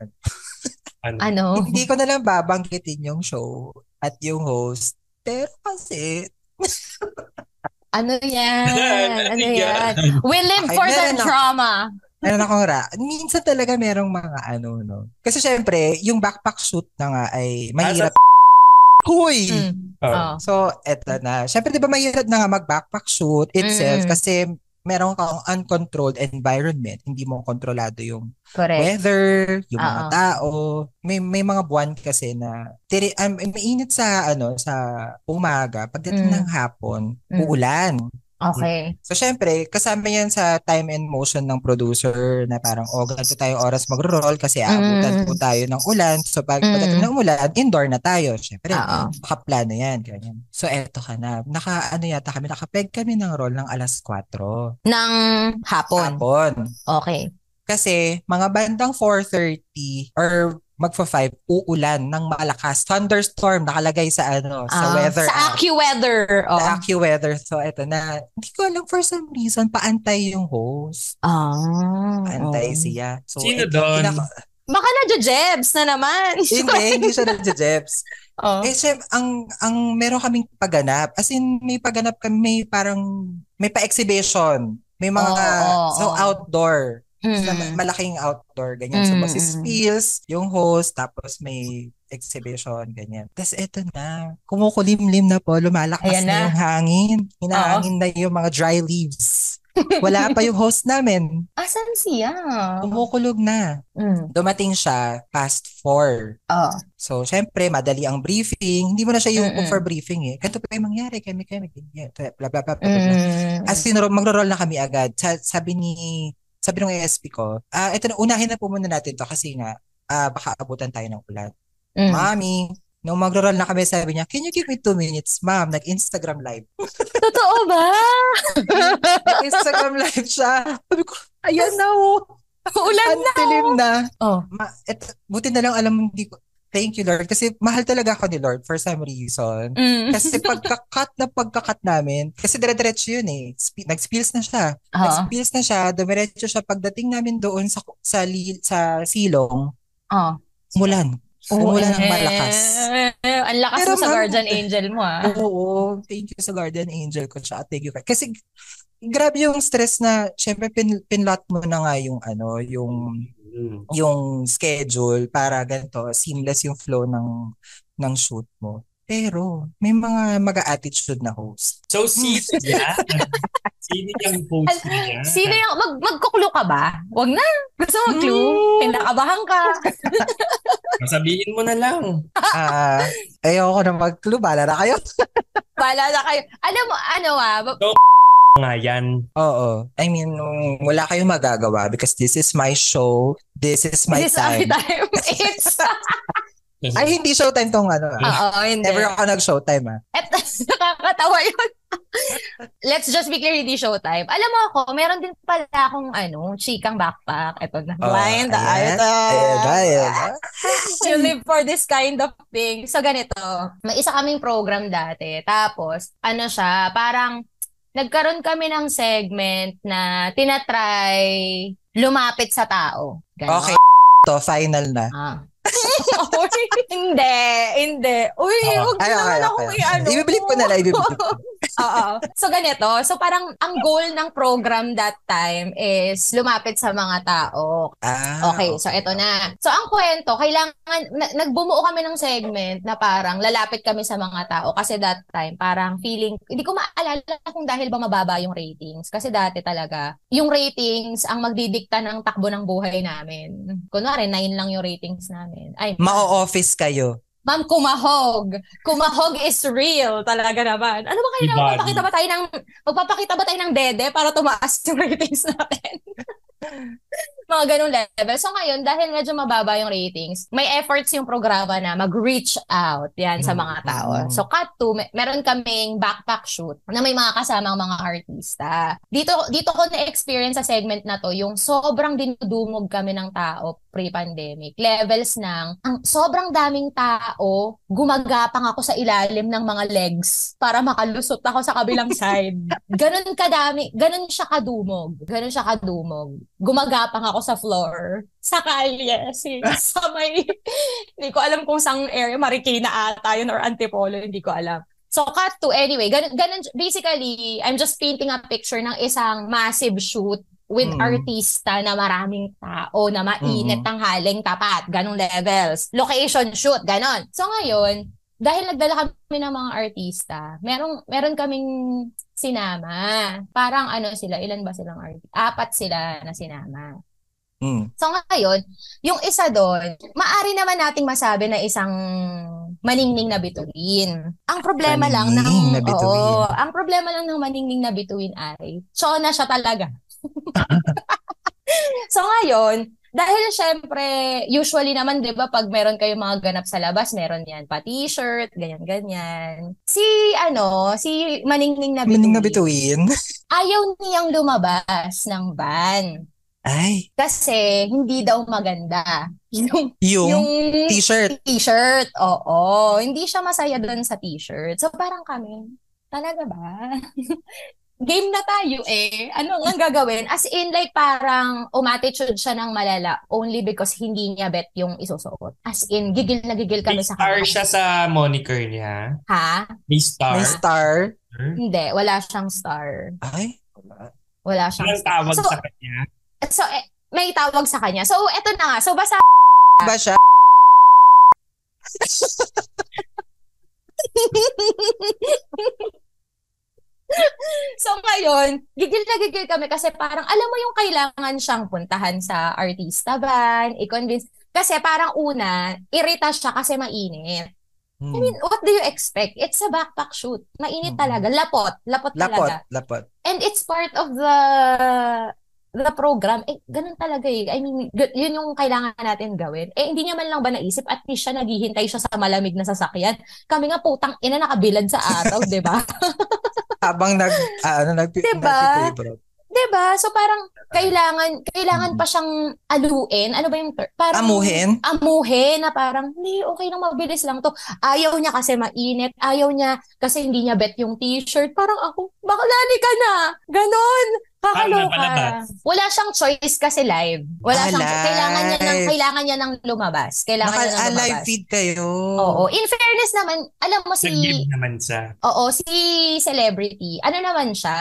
C: ano?
B: Ano?
A: Hindi ko na lang babanggitin yung show at yung host. Pero kasi,
B: Ano yan? ano yan? We live
A: Ay,
B: for the
A: meron ako.
B: drama.
A: Meron akong ra. Minsan talaga merong mga ano, no? Kasi syempre, yung backpack shoot na nga ay mahirap. Hoy!
B: Mm.
C: Oh.
B: Oh.
A: So, eto na. Syempre, di ba mahirap na nga mag-backpack shoot itself
B: Mm.
A: kasi meron kang uncontrolled environment. Hindi mo kontrolado yung
B: Correct.
A: weather, yung mga
B: Oo.
A: tao. May may mga buwan kasi na tiri, um, mainit sa ano sa umaga, pagdating
B: Mm.
A: ng hapon,
B: Mm.
A: uulan.
B: Okay.
A: So syempre, kasama 'yan sa time and motion ng producer na parang oh, ganito tayo oras magro-roll kasi aabutan
B: Mm.
A: po tayo ng ulan. So pag
B: Mm.
A: pagdating ng ulan, indoor na tayo. Syempre,
B: Oo.
A: nakaplano 'yan, ganyan. So eto ka na. Naka ano yata kami, nakapeg kami ng roll ng alas 4
B: Nang hapon.
A: hapon.
B: Okay.
A: Kasi mga bandang 4.30 or magfa-5, uulan ng malakas. Thunderstorm nakalagay sa ano, sa
B: Ah,
A: weather
B: Sa
A: app.
B: AccuWeather. Oh.
A: Sa AccuWeather. So, eto na. Hindi ko alam for some reason, paantay yung host.
B: Ah.
A: Paantay
B: oo.
A: siya. So,
C: Sino
A: eh,
C: doon?
A: kinaka-
B: Baka na Jebs na naman.
A: hindi, hindi siya nagja-jeps.
B: oh.
A: Eh, syem, ang, ang meron kaming paganap. As in, may paganap kami, may parang, may pa-exhibition. May mga,
B: Oo,
A: so
B: oo.
A: outdoor.
B: Mm.
A: sa ma- malaking outdoor, ganyan. So,
B: Mm,
A: basi
B: mm, mm.
A: spills, yung host, tapos may exhibition, ganyan. Tapos eto na, kumukulimlim na po, lumalakas na.
B: Ayan na.
A: yung hangin. Hinahangin na yung mga dry leaves. Wala pa yung host namin.
B: Asan siya?
A: Kumukulog na.
B: Mm.
A: Dumating siya past four.
B: Oh.
A: So, syempre, madali ang briefing. Hindi mo na siya yung
B: Mm-mm.
A: for briefing eh. Ganito pa yung mangyari. Kami, kami, ganyan. Bla, bla, bla, bla, bla.
B: Mm.
A: As in, ro- magro-roll na kami agad. Sa- sabi ni, sabi ng ASP ko, ah, ito na, unahin na po muna natin to kasi nga, ah, baka abutan tayo ng ulan.
B: Mm.
A: Mami, nung magro-roll na kami, sabi niya, can you give me two minutes, ma'am? Nag-Instagram live.
B: Totoo ba?
A: Nag-Instagram live siya. Sabi ko, ayan na oh.
B: Ulan
A: Ang dilim na.
B: Oh.
A: Ma- eto, buti na lang alam, hindi ko, thank you Lord. Kasi mahal talaga ako ni Lord for some reason.
B: Mm.
A: Kasi pagkakat na pagkakat namin, kasi dire-diretso yun eh. Spe- nag-spills na siya.
B: Oo.
A: Nag-spills na siya, dumiretso siya pagdating namin doon sa sa, li, sa silong,
B: Oh.
A: umulan. Umulan ng
B: eh,
A: malakas.
B: eh, Ang lakas
A: Pero
B: mo sa
A: ma'am-
B: guardian angel mo ah.
A: Oo, thank you sa guardian angel ko siya. Thank you. ka- Kasi grabe yung stress na syempre pin, pinlot mo na nga yung ano, yung
C: Mm.
A: yung schedule para ganito, seamless yung flow ng ng shoot mo. Pero may mga mag-attitude na host.
C: So, sino niya? sino yung host niya?
B: Sino yung, mag, magkuklo ka ba? Wag na. Gusto mo clue?
A: Mm.
B: Kinakabahan ka.
C: Sabihin mo na lang.
A: Ah, ayoko na mag-clue, bahala na kayo.
B: Pala na kayo. Alam mo, ano ah, ba-
C: Nga yan.
A: Oo. I mean, nung wala kayong magagawa because this is my show, this is my
B: this is
A: time.
B: our time. It's,
A: Ay, hindi showtime tong ano. ah.
B: oo, hindi.
A: Never ako nag-showtime ah.
B: At nakakatawa yun. Let's just be clear, hindi showtime. Alam mo ako, meron din pala akong ano, chikang backpack. Ito na.
A: Oo, ayan.
B: Blind. ah, ito.
A: Ayan, ayan. ah.
B: you live for this kind of thing. So, ganito. May isa kaming program dati. Tapos, ano siya, parang nagkaroon kami ng segment na tinatry lumapit sa tao. Ganon.
A: Okay, to final na.
B: Ah. Uy, hindi, hindi. Uy,
C: Oo.
B: huwag
A: Ay,
B: na
A: okay,
B: naman ako
A: okay.
B: i-ano.
A: Ibibilip ko na lang, ibibilip ko.
B: Oo. So, ganito. So, parang ang goal ng program that time is lumapit sa mga tao.
A: Ah,
B: Okay, so eto na. So ang kwento, kailangan na- nagbumuo kami ng segment na parang lalapit kami sa mga tao kasi that time parang feeling hindi ko maalala kung dahil ba mababa yung ratings kasi dati talaga yung ratings ang magdidikta ng takbo ng buhay namin. Kunwari 9 lang yung ratings namin. Ay,
A: oh. Mao-office kayo.
B: Ma'am, kumahog. Kumahog is real talaga naman. Ano ba kailangan?
C: Ibadi.
B: Magpapakita ba tayo ng magpapakita ba tayo ng dede para tumaas yung ratings natin? mga ganun level. So ngayon, dahil medyo mababa yung ratings, may efforts yung programa na mag-reach out yan sa mga tao.
A: Mm.
B: So cut to, may- meron kaming backpack shoot na may mga kasamang mga artista. Dito, dito ko na-experience sa segment na to, yung sobrang dinudumog kami ng tao pre-pandemic. Levels ng, ang sobrang daming tao, gumagapang ako sa ilalim ng mga legs para makalusot ako sa kabilang side. Ganun kadami, ganun siya kadumog. Ganun siya kadumog. Gumagapang ako sa floor. Sa kalye, si, sa may, hindi ko alam kung saan area, Marikina ata yun or Antipolo, hindi ko alam. So cut to anyway, ganun, ganun basically I'm just painting a picture ng isang massive shoot with
A: Mm.
B: artista na maraming tao, na mainit
A: Mm.
B: ang haling tapat, ganong levels. Location shoot, ganon. So ngayon, dahil nagdala kami ng mga artista, merong, meron kaming sinama. Parang ano sila, ilan ba silang artista? Apat sila na sinama.
A: Mm.
B: So ngayon, yung isa doon, maari naman nating masabi na isang maningning na bituin. Ang problema lang ng
A: Maningning na bituin.
B: Oo, ang problema lang ng maningning na bituin ay chona siya talaga. so ngayon, dahil syempre, usually naman 'di ba pag meron kayong mga ganap sa labas, meron 'yan pa t-shirt, ganyan ganyan. Si ano, si maningning na
A: Meaning
B: bituin.
A: na bituin.
B: Ayaw niyang lumabas ng van
A: Ay,
B: kasi hindi daw maganda yung, yung
A: yung, t-shirt.
B: t-shirt. Oo, hindi siya masaya doon sa t-shirt. So parang kami, talaga ba? Game na tayo eh. Ano ang gagawin? As in like parang umatitude siya ng malala only because hindi niya bet yung isusuot. As in, gigil na gigil
C: May
B: kami sa
C: star
B: kanya.
C: siya sa moniker niya.
B: Ha?
C: May star.
A: May star.
B: Hindi, wala siyang star.
A: Ay, wala.
B: Wala siyang
C: Ang tawag
B: So-
C: sa kanya.
B: So, eh, may tawag sa kanya. So, eto na nga. So, basa
A: Ba siya?
B: so ngayon, gigil na gigil kami kasi parang alam mo yung kailangan siyang puntahan sa artista van, i-convince. Kasi parang una, irita siya kasi mainit. I
A: Hmm.
B: mean, what do you expect? It's a backpack shoot. Mainit
A: Mm.
B: talaga. Lapot. Lapot talaga.
A: Lapot, lapot.
B: And it's part of the the program. Eh, ganun talaga eh. I mean, g- yun yung kailangan natin gawin. Eh, hindi niya man lang ba naisip? At least siya naghihintay siya sa malamig na sasakyan. Kami nga putang ina nakabilad sa araw, di ba?
A: Habang nag, ah, ano, nag,
B: Diba?
A: nagpipaper.
B: 'Di ba? So parang kailangan kailangan pa siyang aluin. Ano ba yung term? Parang
A: Amuhin?
B: amuhin na parang, hindi, okay lang, mabilis lang to. Ayaw niya kasi mainit. Ayaw niya kasi hindi niya bet yung t-shirt. Parang ako, baklani ka na. Ganon.
C: Paano na
B: Kakaloka.
C: palabas?
B: Wala siyang choice kasi live. Wala
A: Ah,
B: siyang Kailangan niya ng,
A: live.
B: kailangan niya ng lumabas. Kailangan niya ng
A: Naka,
B: lumabas.
A: live feed kayo.
B: Oo. In fairness naman, alam mo si...
C: Nag-give naman siya.
B: Oo, si celebrity, ano naman siya,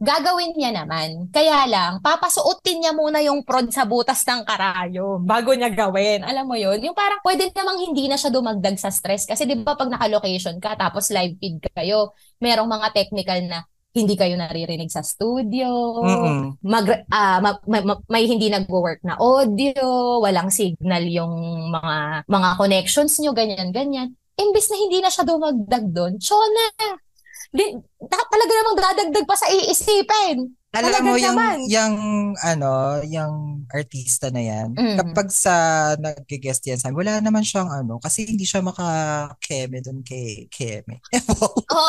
B: gagawin niya naman. Kaya lang, papasuotin niya muna yung prod sa butas ng karayo bago niya gawin. Alam mo yun? Yung parang pwede namang hindi na siya dumagdag sa stress. Kasi di ba pag naka-location ka, tapos live feed kayo, merong mga technical na hindi kayo naririnig sa studio,
A: Mm-mm.
B: mag, ah, ma- ma- ma- may hindi nagwo-work na audio, walang signal yung mga mga connections nyo, ganyan, ganyan. Imbis na hindi na siya dumagdag doon, Chona! Di, da- talaga namang dadagdag pa sa iisipin.
A: Alam
B: Talaga
A: mo yung
B: naman.
A: yung ano, yung artista na 'yan.
B: Mm.
A: Kapag sa nag-guest yan sa wala naman siyang ano kasi hindi siya maka-keme doon kay Keme.
B: Oo.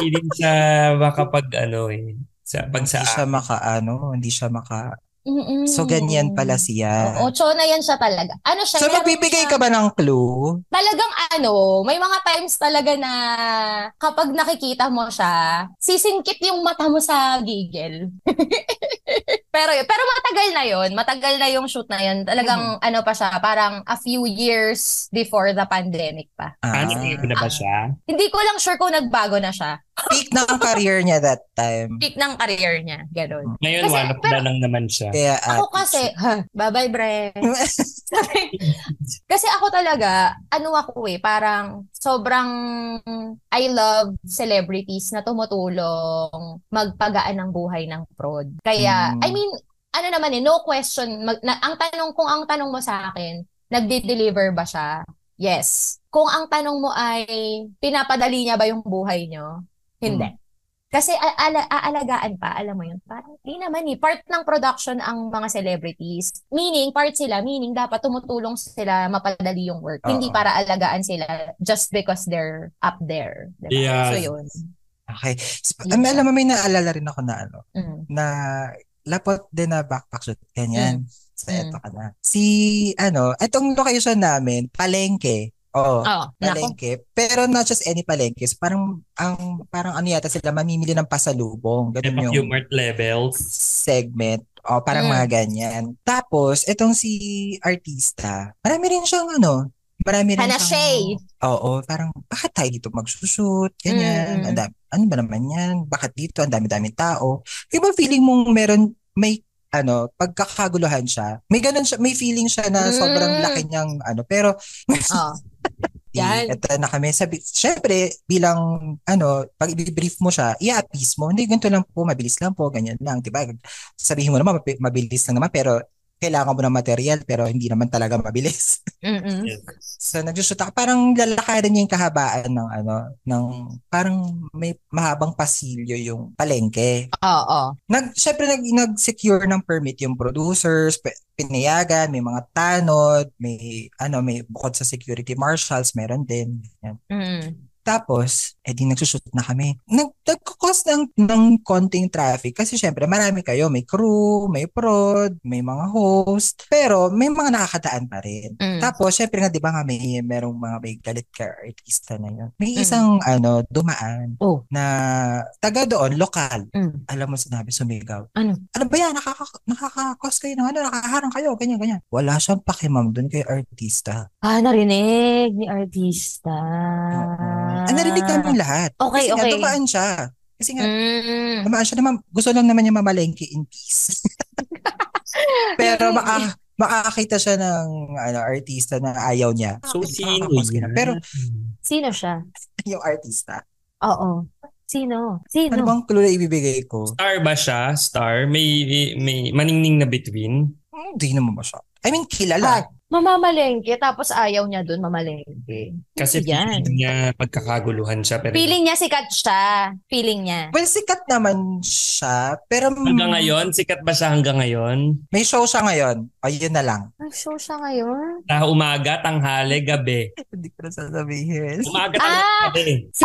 C: Hindi rin siya makapag ano eh. Sa, pag sa
A: hindi siya maka ano, hindi siya maka
B: Mm-mm.
A: So ganyan pala siya.
B: Mm. Oo, Chona yan siya talaga. Ano siya?
A: So
B: meron
A: magbibigay
B: siya-
A: ka ba ng clue?
B: talagang ano, may mga times talaga na kapag nakikita mo siya, sisingkit yung mata mo sa gigil. pero pero matagal na yon, matagal na yung shoot na yon. Talagang ano pa siya, parang a few years before the pandemic pa.
A: Ah,
C: Ano ah, na ba siya?
B: Hindi ko lang sure kung nagbago na siya.
A: peak ng career niya that time.
B: Peak ng career niya, ganun.
C: Ngayon,
B: Kasi-
C: one of na
B: pero-
C: lang naman siya.
A: Kaya
B: Ako
A: ate
B: kasi,
A: Ah, siya.
B: ha, bye-bye, Bre. Sabi- kasi ako talaga, ano ako eh, parang sobrang I love celebrities na tumutulong magpagaan ng buhay ng prod.
A: Mm.
B: Kaya, I mean, ano naman eh, no question. Mag, na- ang tanong, kung ang tanong mo sa akin, nagde-deliver ba siya? Yes. Kung ang tanong mo ay, pinapadali niya ba yung buhay niyo? Hindi.
A: Hmm.
B: Kasi a- ala- aalagaan pa, alam mo yun, parang di naman eh. Part ng production ang mga celebrities. Meaning, part sila, meaning dapat tumutulong sila mapadali yung work.
A: Oo.
B: Hindi para alagaan sila just because they're up there. Diba?
C: Yes.
B: So yun.
A: Okay. So, um, alam mo may naalala rin ako na ano,
B: Mm.
A: na lapot din na backpack shoot. Ganyan. So,
B: Mm.
A: eto ka na. Si, ano, etong location namin, palengke. Oo,
B: Oh, nako.
A: palengke. Pero not just any palengke. So, parang, ang, parang ano yata sila, mamimili ng pasalubong. Ganun yung
C: Humor levels.
A: segment. O, parang
B: Mm.
A: mga ganyan. Tapos, etong si artista, marami rin siyang ano, marami rin
B: Hana
A: siyang-
B: Shay.
A: Oo, parang bakit tayo dito magsushoot? Ganyan.
B: Mm.
A: Ang dami, ano ba naman yan? Bakit dito? Ang dami-dami tao. Iba feeling mong meron, may ano, pagkakaguluhan siya, may ganun siya, may feeling siya na
B: Mm.
A: sobrang laki niyang ano, pero
B: Oh. Yan.
A: Ito na kami. Sabi, syempre, bilang, ano, pag i-brief mo siya, i-appease mo. Hindi, ganito lang po, mabilis lang po, ganyan lang. Diba? Sabihin mo naman, mapi- mabilis lang naman, pero kailangan mo ng material, pero hindi naman talaga mabilis.
B: Mm-mm.
A: so, nag-shoot ako. Parang lalakarin niya yung kahabaan ng, ano, ng, parang may mahabang pasilyo yung palengke.
B: Oo. Oh,
A: Nag, syempre, nag, nag-secure ng permit yung producers, pe- pinayagan, may mga tanod, may, ano, may bukod sa security marshals, meron din. Yan.
B: Mm.
A: Tapos, eh di nagsushoot na kami. Nag, nagkakos ng, ng konting traffic kasi syempre marami kayo. May crew, may prod, may mga host. Pero may mga nakakataan pa rin.
B: Mm.
A: Tapos, syempre nga, di ba nga may merong mga may galit ka artista na yun. May
B: Mm.
A: isang ano, dumaan
B: Oh.
A: na taga doon, lokal.
B: Mm.
A: Alam mo, sinabi, sumigaw.
B: Ano?
A: Ano ba yan? Nakaka- nakakakos kayo ng ano, nakaharang kayo, ganyan, ganyan. Wala siyang pakimam doon kay artista.
B: Ah, narinig ni artista.
A: Ah, narinig namin lahat.
B: Okay,
A: Kasi
B: Oh, okay.
A: nga, dumaan siya. Kasi nga,
B: Mm.
A: Naman siya naman, gusto lang naman niya mamalengke in peace. Pero maka, makakakita siya ng ano, artista na ayaw niya.
C: So, sino
A: Nakakakos ka na.
C: yan?
A: Pero
B: Sino siya?
A: yung artista,
B: Oo. Sino? Sino?
A: ano bang clue na ibibigay ko?
C: Star ba siya? Star? May, may maningning na between?
A: Hmm, Hindi naman ba siya? I mean, kilala.
B: Mamamalengke, tapos ayaw niya dun mamalengke.
C: Kasi
B: Yan.
C: feeling niya pagkakaguluhan siya. Pero
B: Feeling niya sikat siya. Feeling niya.
A: Well, sikat naman siya. Pero mm,
C: hanggang ngayon, sikat ba siya hanggang ngayon?
A: may show siya ngayon. Ayun na lang.
B: Ang show siya ngayon.
C: Sa Ah, umaga, tanghali, gabi.
A: Hindi ko na sasabihin.
C: Umaga,
B: Ah!
C: tanghali, gabi. eh.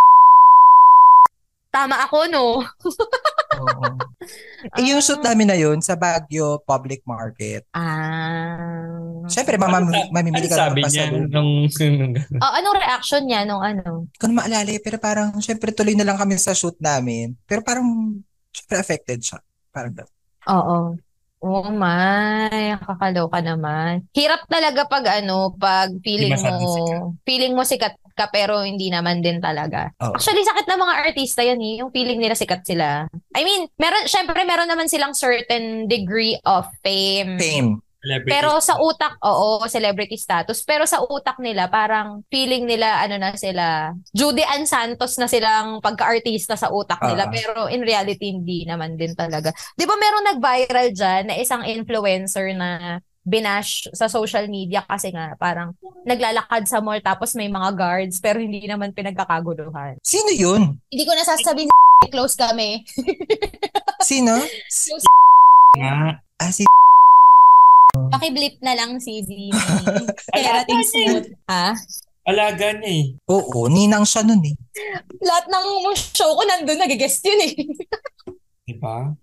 B: Tama ako, no?
A: Oo. Eh, yung shoot namin na yun sa Baguio Public Market.
B: Ah.
A: Siyempre, mamam-
C: Ano sa-
A: mamimili
C: Ano
A: ka
C: sabi
A: ng
C: niya?
A: pasalubong.
C: Nung,
B: Oh, anong reaction niya nung ano?
A: Hindi ko na maalala eh, pero parang syempre tuloy na lang kami sa shoot namin. Pero parang syempre affected siya. Parang ganun.
B: Oo. Oh my, kakaloka naman. Hirap talaga pag ano, pag feeling
C: Hindi masyadong
B: mo, feeling mo sikat ka pero hindi naman din talaga.
A: Oo.
B: Actually, sakit ng mga artista yan eh. Yung feeling nila sikat sila. I mean, meron, syempre meron naman silang certain degree of fame.
A: Fame.
C: Celebrity.
B: Pero sa utak, oo, celebrity status. Pero sa utak nila, parang feeling nila, ano na sila, Judy Ann Santos na silang pagka-artista sa utak nila.
A: Ah.
B: Pero in reality, hindi naman din talaga. Di ba merong nag-viral dyan na isang influencer na binash sa social media kasi nga parang naglalakad sa mall tapos may mga guards pero hindi naman pinagkakaguluhan.
A: Sino yun?
B: Hindi ko nasasabihin close kami.
A: Sino?
C: Nga.
A: ah, si
B: Pakiblip na lang si Zini. Kerating smooth. Ha?
C: Alaga niya eh.
A: Oo, ninang siya nun eh.
B: lahat ng show ko nandun, nag-guest yun eh.
C: Diba?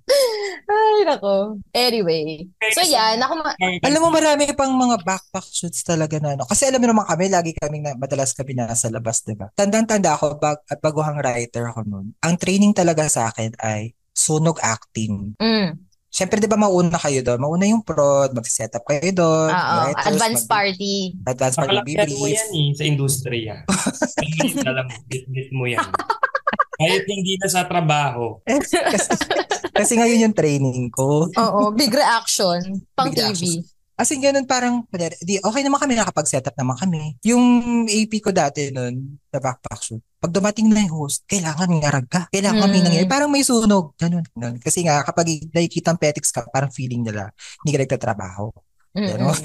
B: Ay, nako. Anyway. So yan, ako ma-
A: Alam mo, marami pang mga backpack shoots talaga na ano. Kasi alam mo naman kami, lagi kaming na, madalas kami nasa labas, di ba? Tandang-tanda ako, bag, baguhang writer ako nun. Ang training talaga sa akin ay sunog acting.
B: mm,
A: Siyempre, di ba, mauna kayo doon. Mauna yung prod, mag-set up kayo doon.
B: oo,
A: writers,
B: ah, advance
A: mag-
B: party.
A: Advance part,
C: Makalakyan mo
A: mag-brief.
C: yan eh, sa industriya. Alam mo, bit-bit mo yan. Kahit hindi na sa trabaho.
A: kasi, kasi ngayon yung training ko.
B: Oo, big reaction. Pang
A: Big
B: TV.
A: As in, ganun parang, kunyari, di, okay naman kami, nakapag-setup naman kami. Yung AP ko dati nun, sa backpack shoot, pag dumating na yung host, kailangan ngarag ka. Kailangan may
B: Mm.
A: nangyari. Parang may sunog. Ganun, ganun. Kasi nga, kapag nakikita ang petics ka, parang feeling nila, hindi ka nagtatrabaho.
B: Mm-mm.
A: Ganun.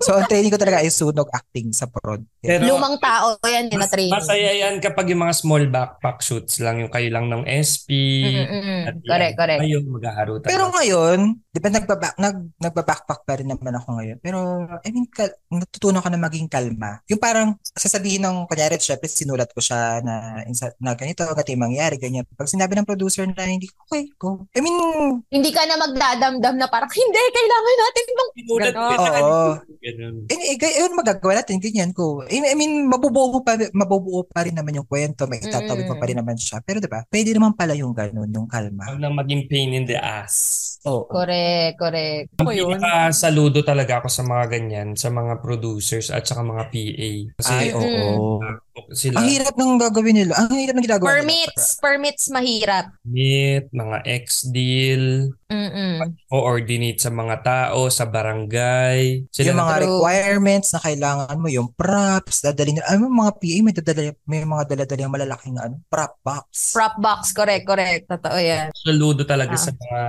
A: so, ang training ko talaga ay sunog acting sa prod.
C: Pero
B: Lumang tao yan na
C: mas-
B: training.
C: masaya yan kapag yung mga small backpack shoots lang, yung kayo lang ng SP. at
B: Mm-mm.
C: yan.
B: Correct, correct.
C: Kayo, maghaharutan.
A: Pero
C: lang.
A: ngayon, di ba nagbaba, nag, nagbabackpack pa rin naman ako ngayon. Pero, I mean, kal- natutunan ko na maging kalma. Yung parang, sasabihin ng, kunyari, syempre, sinulat ko siya na, insa- na ganito, ganito yung mangyari, ganyan. Pag sinabi ng producer na hindi, okay, go. I mean,
B: Hindi ka na magdadamdam na parang, hindi, kailangan natin bang...
C: Pinulat
B: Ganon.
C: kita
A: oo.
C: Ganun.
A: And, eh, gay- yun, magagawa natin, ganyan ko. I I mean, mabubuo pa, mabubuo pa rin naman yung kwento, may itatawid mo
B: Mm.
A: pa rin naman siya. Pero di ba, pwede naman pala yung ganun, yung kalma.
C: Huwag nang maging pain in the ass.
A: Oo.
B: Correct, correct. Ako yun.
C: Pinakasaludo talaga ako sa mga ganyan, sa mga producers at saka mga PA. Kasi
A: Ay, oo.
B: mm.
C: ako, sila
A: Ang hirap ng gagawin nila. Ang hirap ng ginagawa nila.
B: Permits, permits mahirap.
C: meet, mga ex-deal,
B: Mm-mm.
C: coordinate sa mga tao, sa barangay. Sila
A: yung mga
B: True.
A: requirements na kailangan mo, yung props, dadalhin nila. Alam mo, mga PA, may, dadala, may mga daladali ang malalaking ano, prop box.
B: Prop box, correct, correct. Totoo yan.
C: saludo talaga
B: Ah.
C: sa mga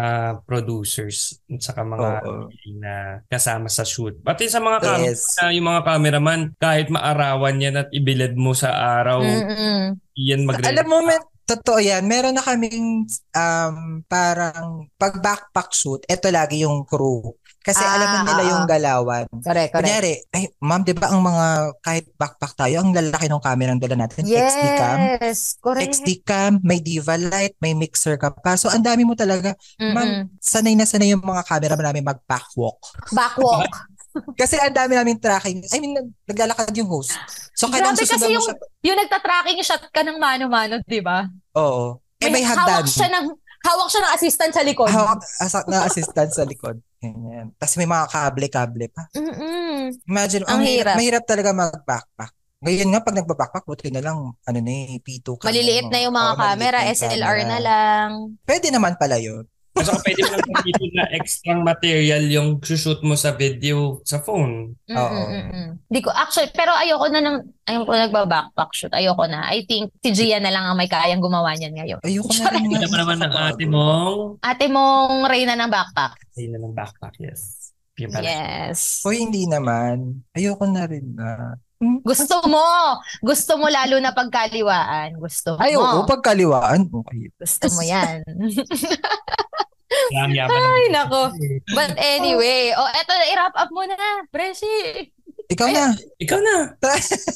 C: producers at saka mga
A: Oo.
C: na kasama sa shoot. Pati sa mga cam-
A: Yes.
C: na yung mga cameraman, kahit maarawan yan at ibilad mo sa araw,
B: Mm-mm.
C: yan magre
A: Mm. Alam mo, men, totoo yan. Meron na kaming um, parang pag backpack shoot, eto lagi yung crew. Kasi
B: Ah,
A: alam na nila
B: ah,
A: yung
B: ah.
A: galawan.
B: Correct, correct.
A: Kunyari, ay, ma'am, di ba ang mga, kahit backpack tayo, ang lalaki ng camera ang dala natin, XD cam.
B: Yes, correct.
A: XD cam, may diva light, may mixer ka pa. So, ang dami mo talaga.
B: Mm-mm.
A: Sanay na sanay yung mga camera namin mag-backwalk.
B: Backwalk.
A: Kasi ang dami namin tracking. I mean, nag- naglalakad yung host. So, kailangan
B: Grabe
A: susundan
B: kasi
A: mo
B: yung-
A: siya.
B: Yung nagtatracking shot ka ng mano-mano, di ba?
A: Oo. Eh, may hagdan.
B: hawak siya ng hawak siya ng assistant sa likod.
A: Hawak asa, na assistant sa likod. Ganyan. Tapos may mga kable-kable pa.
B: Mm-mm.
A: Imagine, ang,
B: Ang
A: hirap.
B: hirap.
A: Mahirap talaga mag-backpack. Ngayon nga, pag nagbabackpack, buti na lang, ano na eh, P2 ka.
B: Maliliit na yung mga
A: Oo, maliliit
B: camera,
A: na yung
B: SLR
A: camera.
B: na lang.
A: Pwede naman pala yun.
C: Kasi pwede mo lang dito na extra material yung shoot mo sa video sa phone.
B: Mm-mm,
A: Oo.
B: mm-mm. Di ko actually, pero ayoko na nang ayoko na nagba-backpack shoot. Ayoko na. I think si Gia na lang ang may kayang gumawa niyan ngayon.
A: Ayoko na
B: Charot.
A: rin.
C: Hindi naman naman ng ate mong
B: Ate mong Reyna ng backpack.
C: ay na ng backpack, yes. Yun pala.
B: Yes.
A: Uy, hindi naman. Ayoko na rin na.
B: Gusto mo. Gusto mo lalo na pagkaliwaan. Gusto mo.
A: Ay, oo, pagkaliwaan. Oh, Okay.
B: Gusto mo yan.
C: Ang yaman ng-
B: Ay, nako. But anyway, oh, eto, i-wrap up muna. Breshi.
A: Ikaw
B: Ay,
A: na.
C: Ikaw na.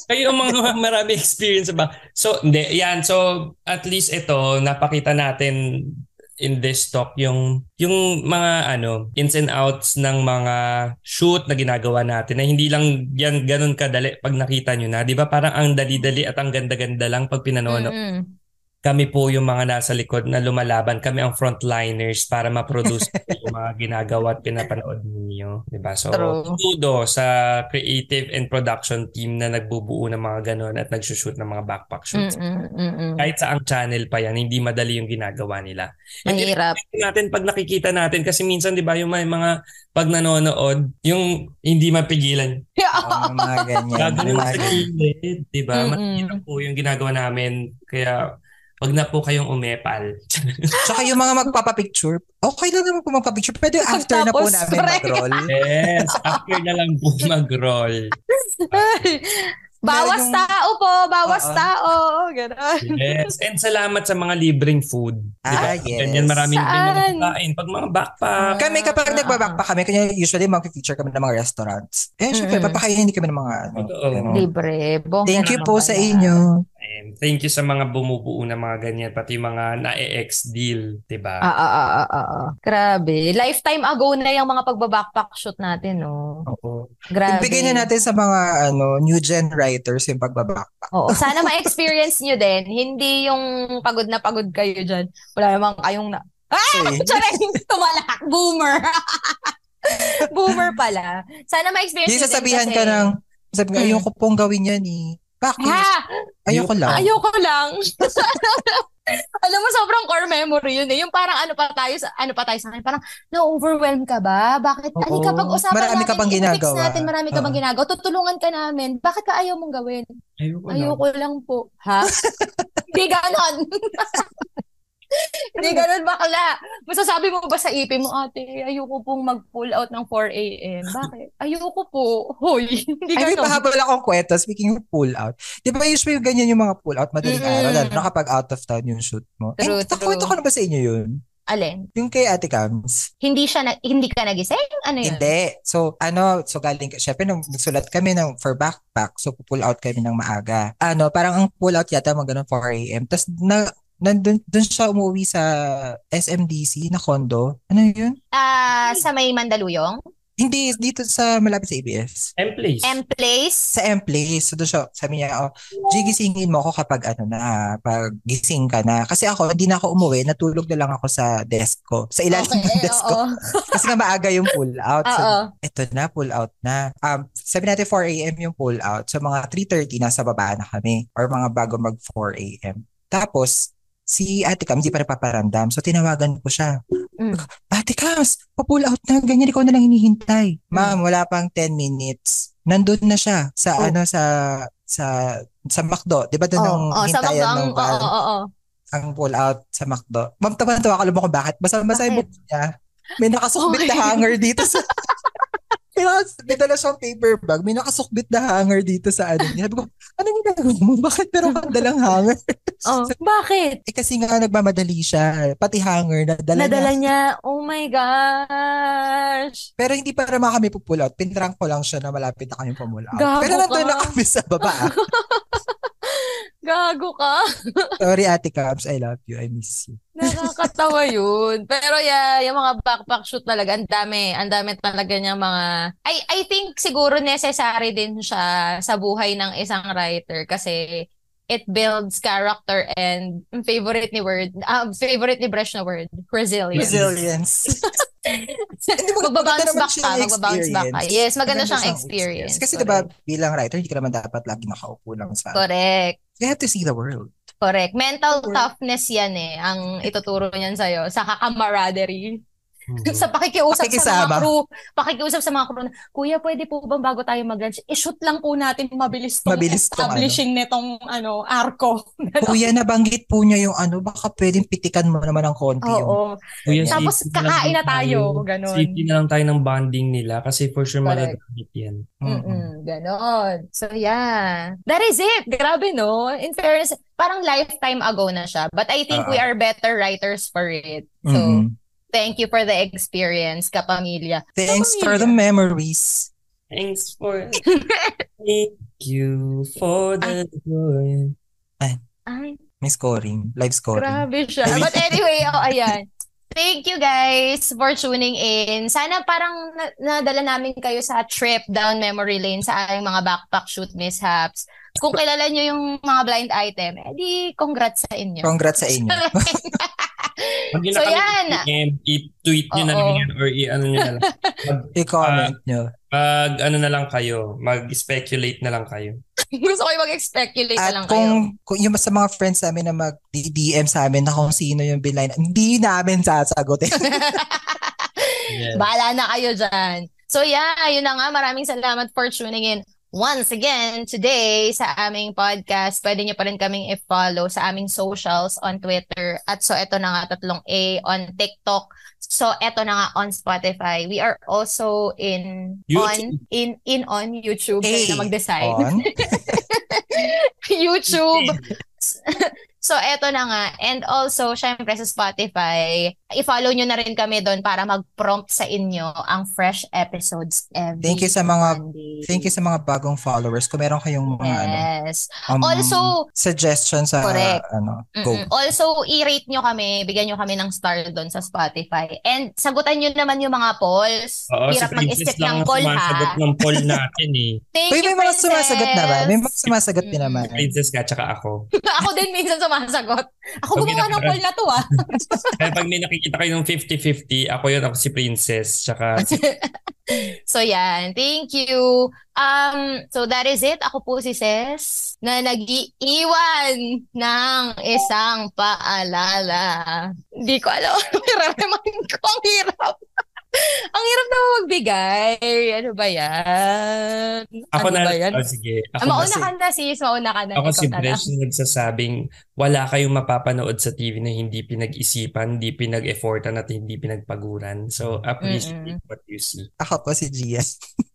C: Kayo ang mga marami experience ba? So, hindi. Yan. So, at least ito, napakita natin in this talk yung yung mga ano ins and outs ng mga shoot na ginagawa natin na hindi lang yan ganun kadali pag nakita nyo na 'di ba parang ang dali-dali at ang ganda-ganda lang pag pinanood
B: Mm-mm.
C: kami po yung mga nasa likod na lumalaban kami ang frontliners para ma-produce yung mga ginagawa at pinapanood ninyo 'di ba so
B: True.
C: kudo sa creative and production team na nagbubuo ng mga ganun at nagsushoot ng mga backpack shoots.
B: Mm-mm, mm-mm.
C: Kahit sa ang channel pa yan, hindi madali yung ginagawa nila. And yun
B: Mahirap.
C: natin pag nakikita natin kasi minsan 'di ba yung may mga pag nanonood, yung hindi mapigilan.
A: Oo, mga ganyan.
C: Gagawin
A: mga
C: sa
A: ganyan.
C: gilid, 'di ba?
B: Mm-mm.
C: Mahirap po yung ginagawa namin kaya wag na po kayong umepal.
A: Tsaka yung mga magpapapicture, okay lang naman kung magpapicture. Pwede after na po
B: Pagtapos,
A: namin
B: correct.
A: mag-roll.
C: yes, after na lang po mag-roll.
A: Pero
B: bawas
A: yung-
B: tao po, bawas
A: Oo.
B: tao. Ganun.
C: Yes. And salamat sa mga libreng food. Di
A: Ah,
C: ba?
A: yes.
C: Ganyan maraming
B: Saan?
C: pinakain. Pag mga backpack.
A: Kami kapag
B: Ah.
A: nagbabackpack kami, kanya usually mag-feature kami ng mga restaurants. Eh, syempre,
B: Mm-mm.
A: papakainin din kami ng mga
B: Ah,
A: ano.
C: Totoo.
A: ano.
B: Libre. Bongga
A: Thank you po
B: naman
A: sa
B: pala.
A: inyo.
C: And thank you sa mga bumubuo na mga ganyan. Pati mga na-ex deal. di ba?
B: Ah, ah, ah, ah, ah, ah. Grabe. Lifetime ago na yung mga pagbabackpack shoot natin, no?
A: Oo.
B: Grabe.
A: Ibigay na natin sa mga ano new gen writers yung pagbabackpack.
B: Oo, sana ma-experience nyo din. Hindi yung pagod na pagod kayo dyan. Wala namang kayong na... Ah!
A: Sorry.
B: Tsaring! Tumalak! Boomer! Boomer pala. Sana ma-experience
A: Di
B: nyo din
A: sasabihan
B: kasi-
A: ka ng, sabi ko,
B: Mm.
A: ayoko pong gawin yan eh. Bakit?
B: Ha!
A: Ayoko lang.
B: Ayoko lang. Alam mo, sobrang core memory yun eh. Yung parang ano pa tayo sa, ano pa tayo sa akin, parang na-overwhelm ka ba? Bakit?
A: Oo.
B: Ano kapag usapan
A: Marami
B: natin,
A: ka pang
B: i-fix
A: ginagawa. Ah.
B: natin, marami ka
A: Oo.
B: bang ginagawa. Tutulungan ka namin. Bakit ka ayaw mong gawin?
C: Ayoko lang.
B: Ayoko lang po. Ha? Hindi ganon. Hindi ganon bakla. Masasabi mo ba sa ipi mo, ate, ayoko pong mag-pull out ng 4 a.m. Bakit? Ayoko po. Hoy. Hindi
A: Ay, may
B: ganon.
A: pahabol akong kwento. Speaking of pull out. Di ba usually ganyan yung mga pull out madaling
B: Mm-mm.
A: araw, lalo na kapag out of town yung shoot mo.
B: True,
A: Ay, nakwento
B: true.
A: ko na ba sa inyo yun?
B: Alin?
A: Yung kay Ate Cams.
B: Hindi siya na, hindi ka nagising? Ano yun?
A: Hindi. So, ano, so galing, syempre, nung nagsulat kami ng, for backpack, so pull out kami ng maaga. Ano, parang ang pull out yata mga ganun 4 a.m. Tapos, na, nandun dun siya umuwi sa SMDC na condo. Ano yun?
B: Ah, sa may Mandaluyong?
A: Hindi, dito sa malapit sa ABS.
C: M place.
B: M place?
A: Sa M-Place, so doon siya, sabi niya, oh, G, gisingin mo ako kapag ano na, pag gising ka na. Kasi ako, hindi na ako umuwi, natulog na lang ako sa desk ko. Sa ilalim ng
B: Okay,
A: desk ko.
B: oo.
A: Kasi nga maaga yung pull out. So,
B: Oo.
A: eto na, pull out na. Um, sabi natin 4 a.m. yung pull out. So mga 3.30 nasa baba na kami or mga bago mag 4 a.m. Tapos, si Ate Cam, hindi pa napaparandam. So, tinawagan ko siya.
B: Mm.
A: Ate Cams, pa-pull out na. Ganyan, ikaw na lang hinihintay. Ma'am, wala pang 10 minutes. Nandun na siya sa,
B: Mm. Oh.
A: ano, sa, sa, sa McDo. Di ba doon ang
B: Oo, oh, sa
A: hintayan
B: Magdang,
A: ng
B: oo,
A: van,
B: oo, oo.
A: ang pull out sa McDo? Ma'am, tawa na tawa ka alam mo kung bakit. Basta-basta yung
B: Bakit?
A: book niya. May nakasukbit na
B: Okay.
A: hanger dito sa... may, nakas- may dala siyang paper bag. May nakasukbit na hanger dito sa ano niya. Sabi ko, ano ginagawa mo? Bakit pero kang dalang hanger?
B: Oh, bakit?
A: Eh kasi nga nagmamadali siya. Pati hanger na dala niya.
B: Nadala niya. Oh my gosh.
A: Pero hindi para naman kami pupull out. Pinrank ko lang siya na malapit na kami pumull out.
B: Gago
A: Pero nandun
B: ka.
A: na kami sa baba. ah.
B: Gago ka.
A: Sorry, Ate Cams. I love you. I miss you.
B: Nakakatawa yun. Pero yeah, yung mga backpack shoot talaga, ang dami. Ang dami talaga niya mga... I, I think siguro necessary din siya sa buhay ng isang writer kasi it builds character and ang favorite ni word ah, favorite ni Bresh na word resilience
A: Resilience. Hindi mo
B: magbabounce
A: naman
B: back
A: siya
B: ka
A: yung
B: magbabounce back ka
A: experience.
B: yes maganda,
A: Maganda
B: ano siyang
A: siyang
B: experience,
A: Kasi diba, bilang writer, hindi ka naman dapat lagi nakaupo lang sa...
B: correct
A: You have to see the world.
B: Correct. Mental
A: Correct.
B: toughness yan eh, ang ituturo niyan sa'yo sa kakamaraderie.
C: Mhm.
B: sa pakikiusap sa
A: Pakikisama.
B: mga crew. Pakikiusap sa mga crew na, Kuya, pwede po bang bago tayo mag-lunch, i-shoot lang po natin mabilis tong
A: Mabilis tong
B: establishing nitong ano, arko.
A: Kuya, nabanggit po niya yung ano, baka pwedeng pitikan mo naman ng konti yung...
B: Oo.
C: Kuya,
A: Ganyan.
B: Tapos
C: safety lang
B: kakain na tayo.
C: tayo.
B: Ganon.
C: Safety na lang tayo ng bonding nila kasi for sure
B: Correct.
C: magagamit yan.
A: Mm-mm.
B: Mm-mm, ganon. So, yeah. That is it. Grabe, no? In fairness, parang lifetime ago na siya. But I think
C: Ah.
B: we are better writers for it. So,
A: Mm-mm.
B: thank you for the experience, kapamilya.
A: Thanks
B: Kapamilya.
A: for the memories.
C: Thanks for... Thank you for the joy.
B: Ay,
A: May scoring. Live scoring.
B: Grabe siya. But anyway, oh, ayan. Thank you guys for tuning in. Sana parang na- nadala namin kayo sa trip down memory lane sa aming mga backpack shoot mishaps. Kung kilala nyo yung mga blind item, edi congrats sa inyo.
A: Congrats sa inyo.
C: Pag yun
B: So,
C: na kami
B: yan.
C: PM, i-tweet nyo na
B: Oo.
C: lang yan or i-ano nyo na lang. Mag,
A: I-comment nyo.
C: mag, ano na lang kayo, mag-speculate na lang kayo.
B: Gusto ko yung mag-speculate na lang
A: At
B: kayo.
A: kung, kung yung sa mga friends namin na mag-DM sa amin na kung sino yung bilain, hindi namin sasagutin.
C: Yes.
B: Bahala na kayo dyan. So yeah, yun na nga. Maraming salamat for tuning in once again today sa aming podcast. Pwede niyo pa rin kaming i-follow sa aming socials on Twitter. At so eto na nga, tatlong A on TikTok. So eto na nga on Spotify. We are also in
C: YouTube. Oh.
B: on in in on YouTube.
A: A
B: Kayo na mag-decide.
A: on
B: YouTube. So, eto na nga. And also, syempre sa Spotify, i-follow nyo na rin kami doon para mag-prompt sa inyo ang fresh episodes every
A: Thank you sa mga-
B: Monday.
A: Thank you sa mga bagong followers. Kung meron kayong mga ano,
B: Yes.
A: um,
B: Also-
A: suggestions sa
B: Correct.
A: ano,
B: Mm-mm.
A: go.
B: Also, i-rate nyo kami, bigyan nyo kami ng star doon sa Spotify. And sagutan nyo naman yung mga polls.
C: Oo, si
B: Hirap mag-skip
C: Princess
B: ng
C: lang ang
B: poll
C: sumasagot
B: ha.
C: ng poll natin eh.
B: Thank
A: Uy,
B: you,
A: may mga
B: Princess.
A: sumasagot na ba? May mga sumasagot din
B: Mm.
A: naman.
C: Princess ka, tsaka ako.
B: Ako din minsan sumasagot. Ako
C: Pag
B: gumawa ng
C: ginagawa-
B: poll na to ah.
C: Kaya pag may nakikita kayo ng 50-50, ako yun, ako si Princess, tsaka si
B: So yan, thank you. Um, so that is it. Ako po si Ses na nag-iiwan ng isang paalala. Hindi ko alam. Nararamdaman ko ang hirap. ang hirap na magbigay. Ano ba yan?
C: Ako
B: ano
C: na,
B: ba yan?
C: oh, sige.
B: Ah,
C: Ako,
B: mauna
A: si-
B: ka na sis, mauna ka na.
C: ako
B: Ikaw
C: si
B: na
C: Bresh na nagsasabing wala kayong mapapanood sa TV na hindi pinag-isipan, hindi pinag-effortan at hindi pinagpaguran. So appreciate what you see.
A: Ako po si Gia.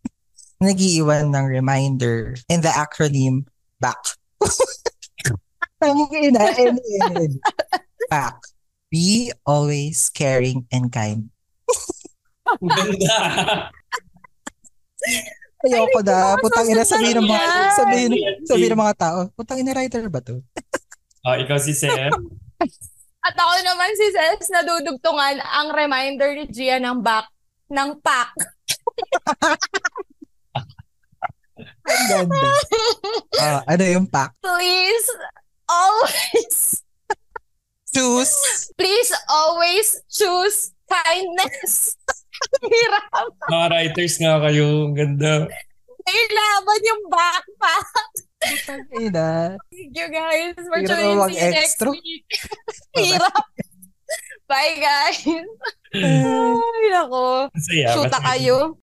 A: Nag-iiwan ng reminder and the acronym BACK. Tangin na, N, N, N. BACK. Be always caring and kind.
C: Ang Ganda!
A: Ayoko na. Putang ina, sabihin ng mga,
B: Yan.
A: sabihin, sabihin ng mga tao. Putang ina, writer ba to?
C: Oh, ikaw si Seth.
B: At ako naman si Ses, nadudugtungan ang reminder ni Gia ng back ng pack.
A: Ang ganda. Ah, ano yung pack?
B: Please, always,
A: Choose.
B: please always choose kindness. Ang Hirap.
C: Mga writers nga kayo. Ang ganda.
B: Nailaban yung backpack.
A: Ina.
B: Thank you guys for
A: Hirap
B: joining
A: ang
B: See you next
A: extra.
B: week. Hirap. Bye guys. Ay, ako.
C: Masaya.
B: Shoot na
C: masaya.
B: kayo.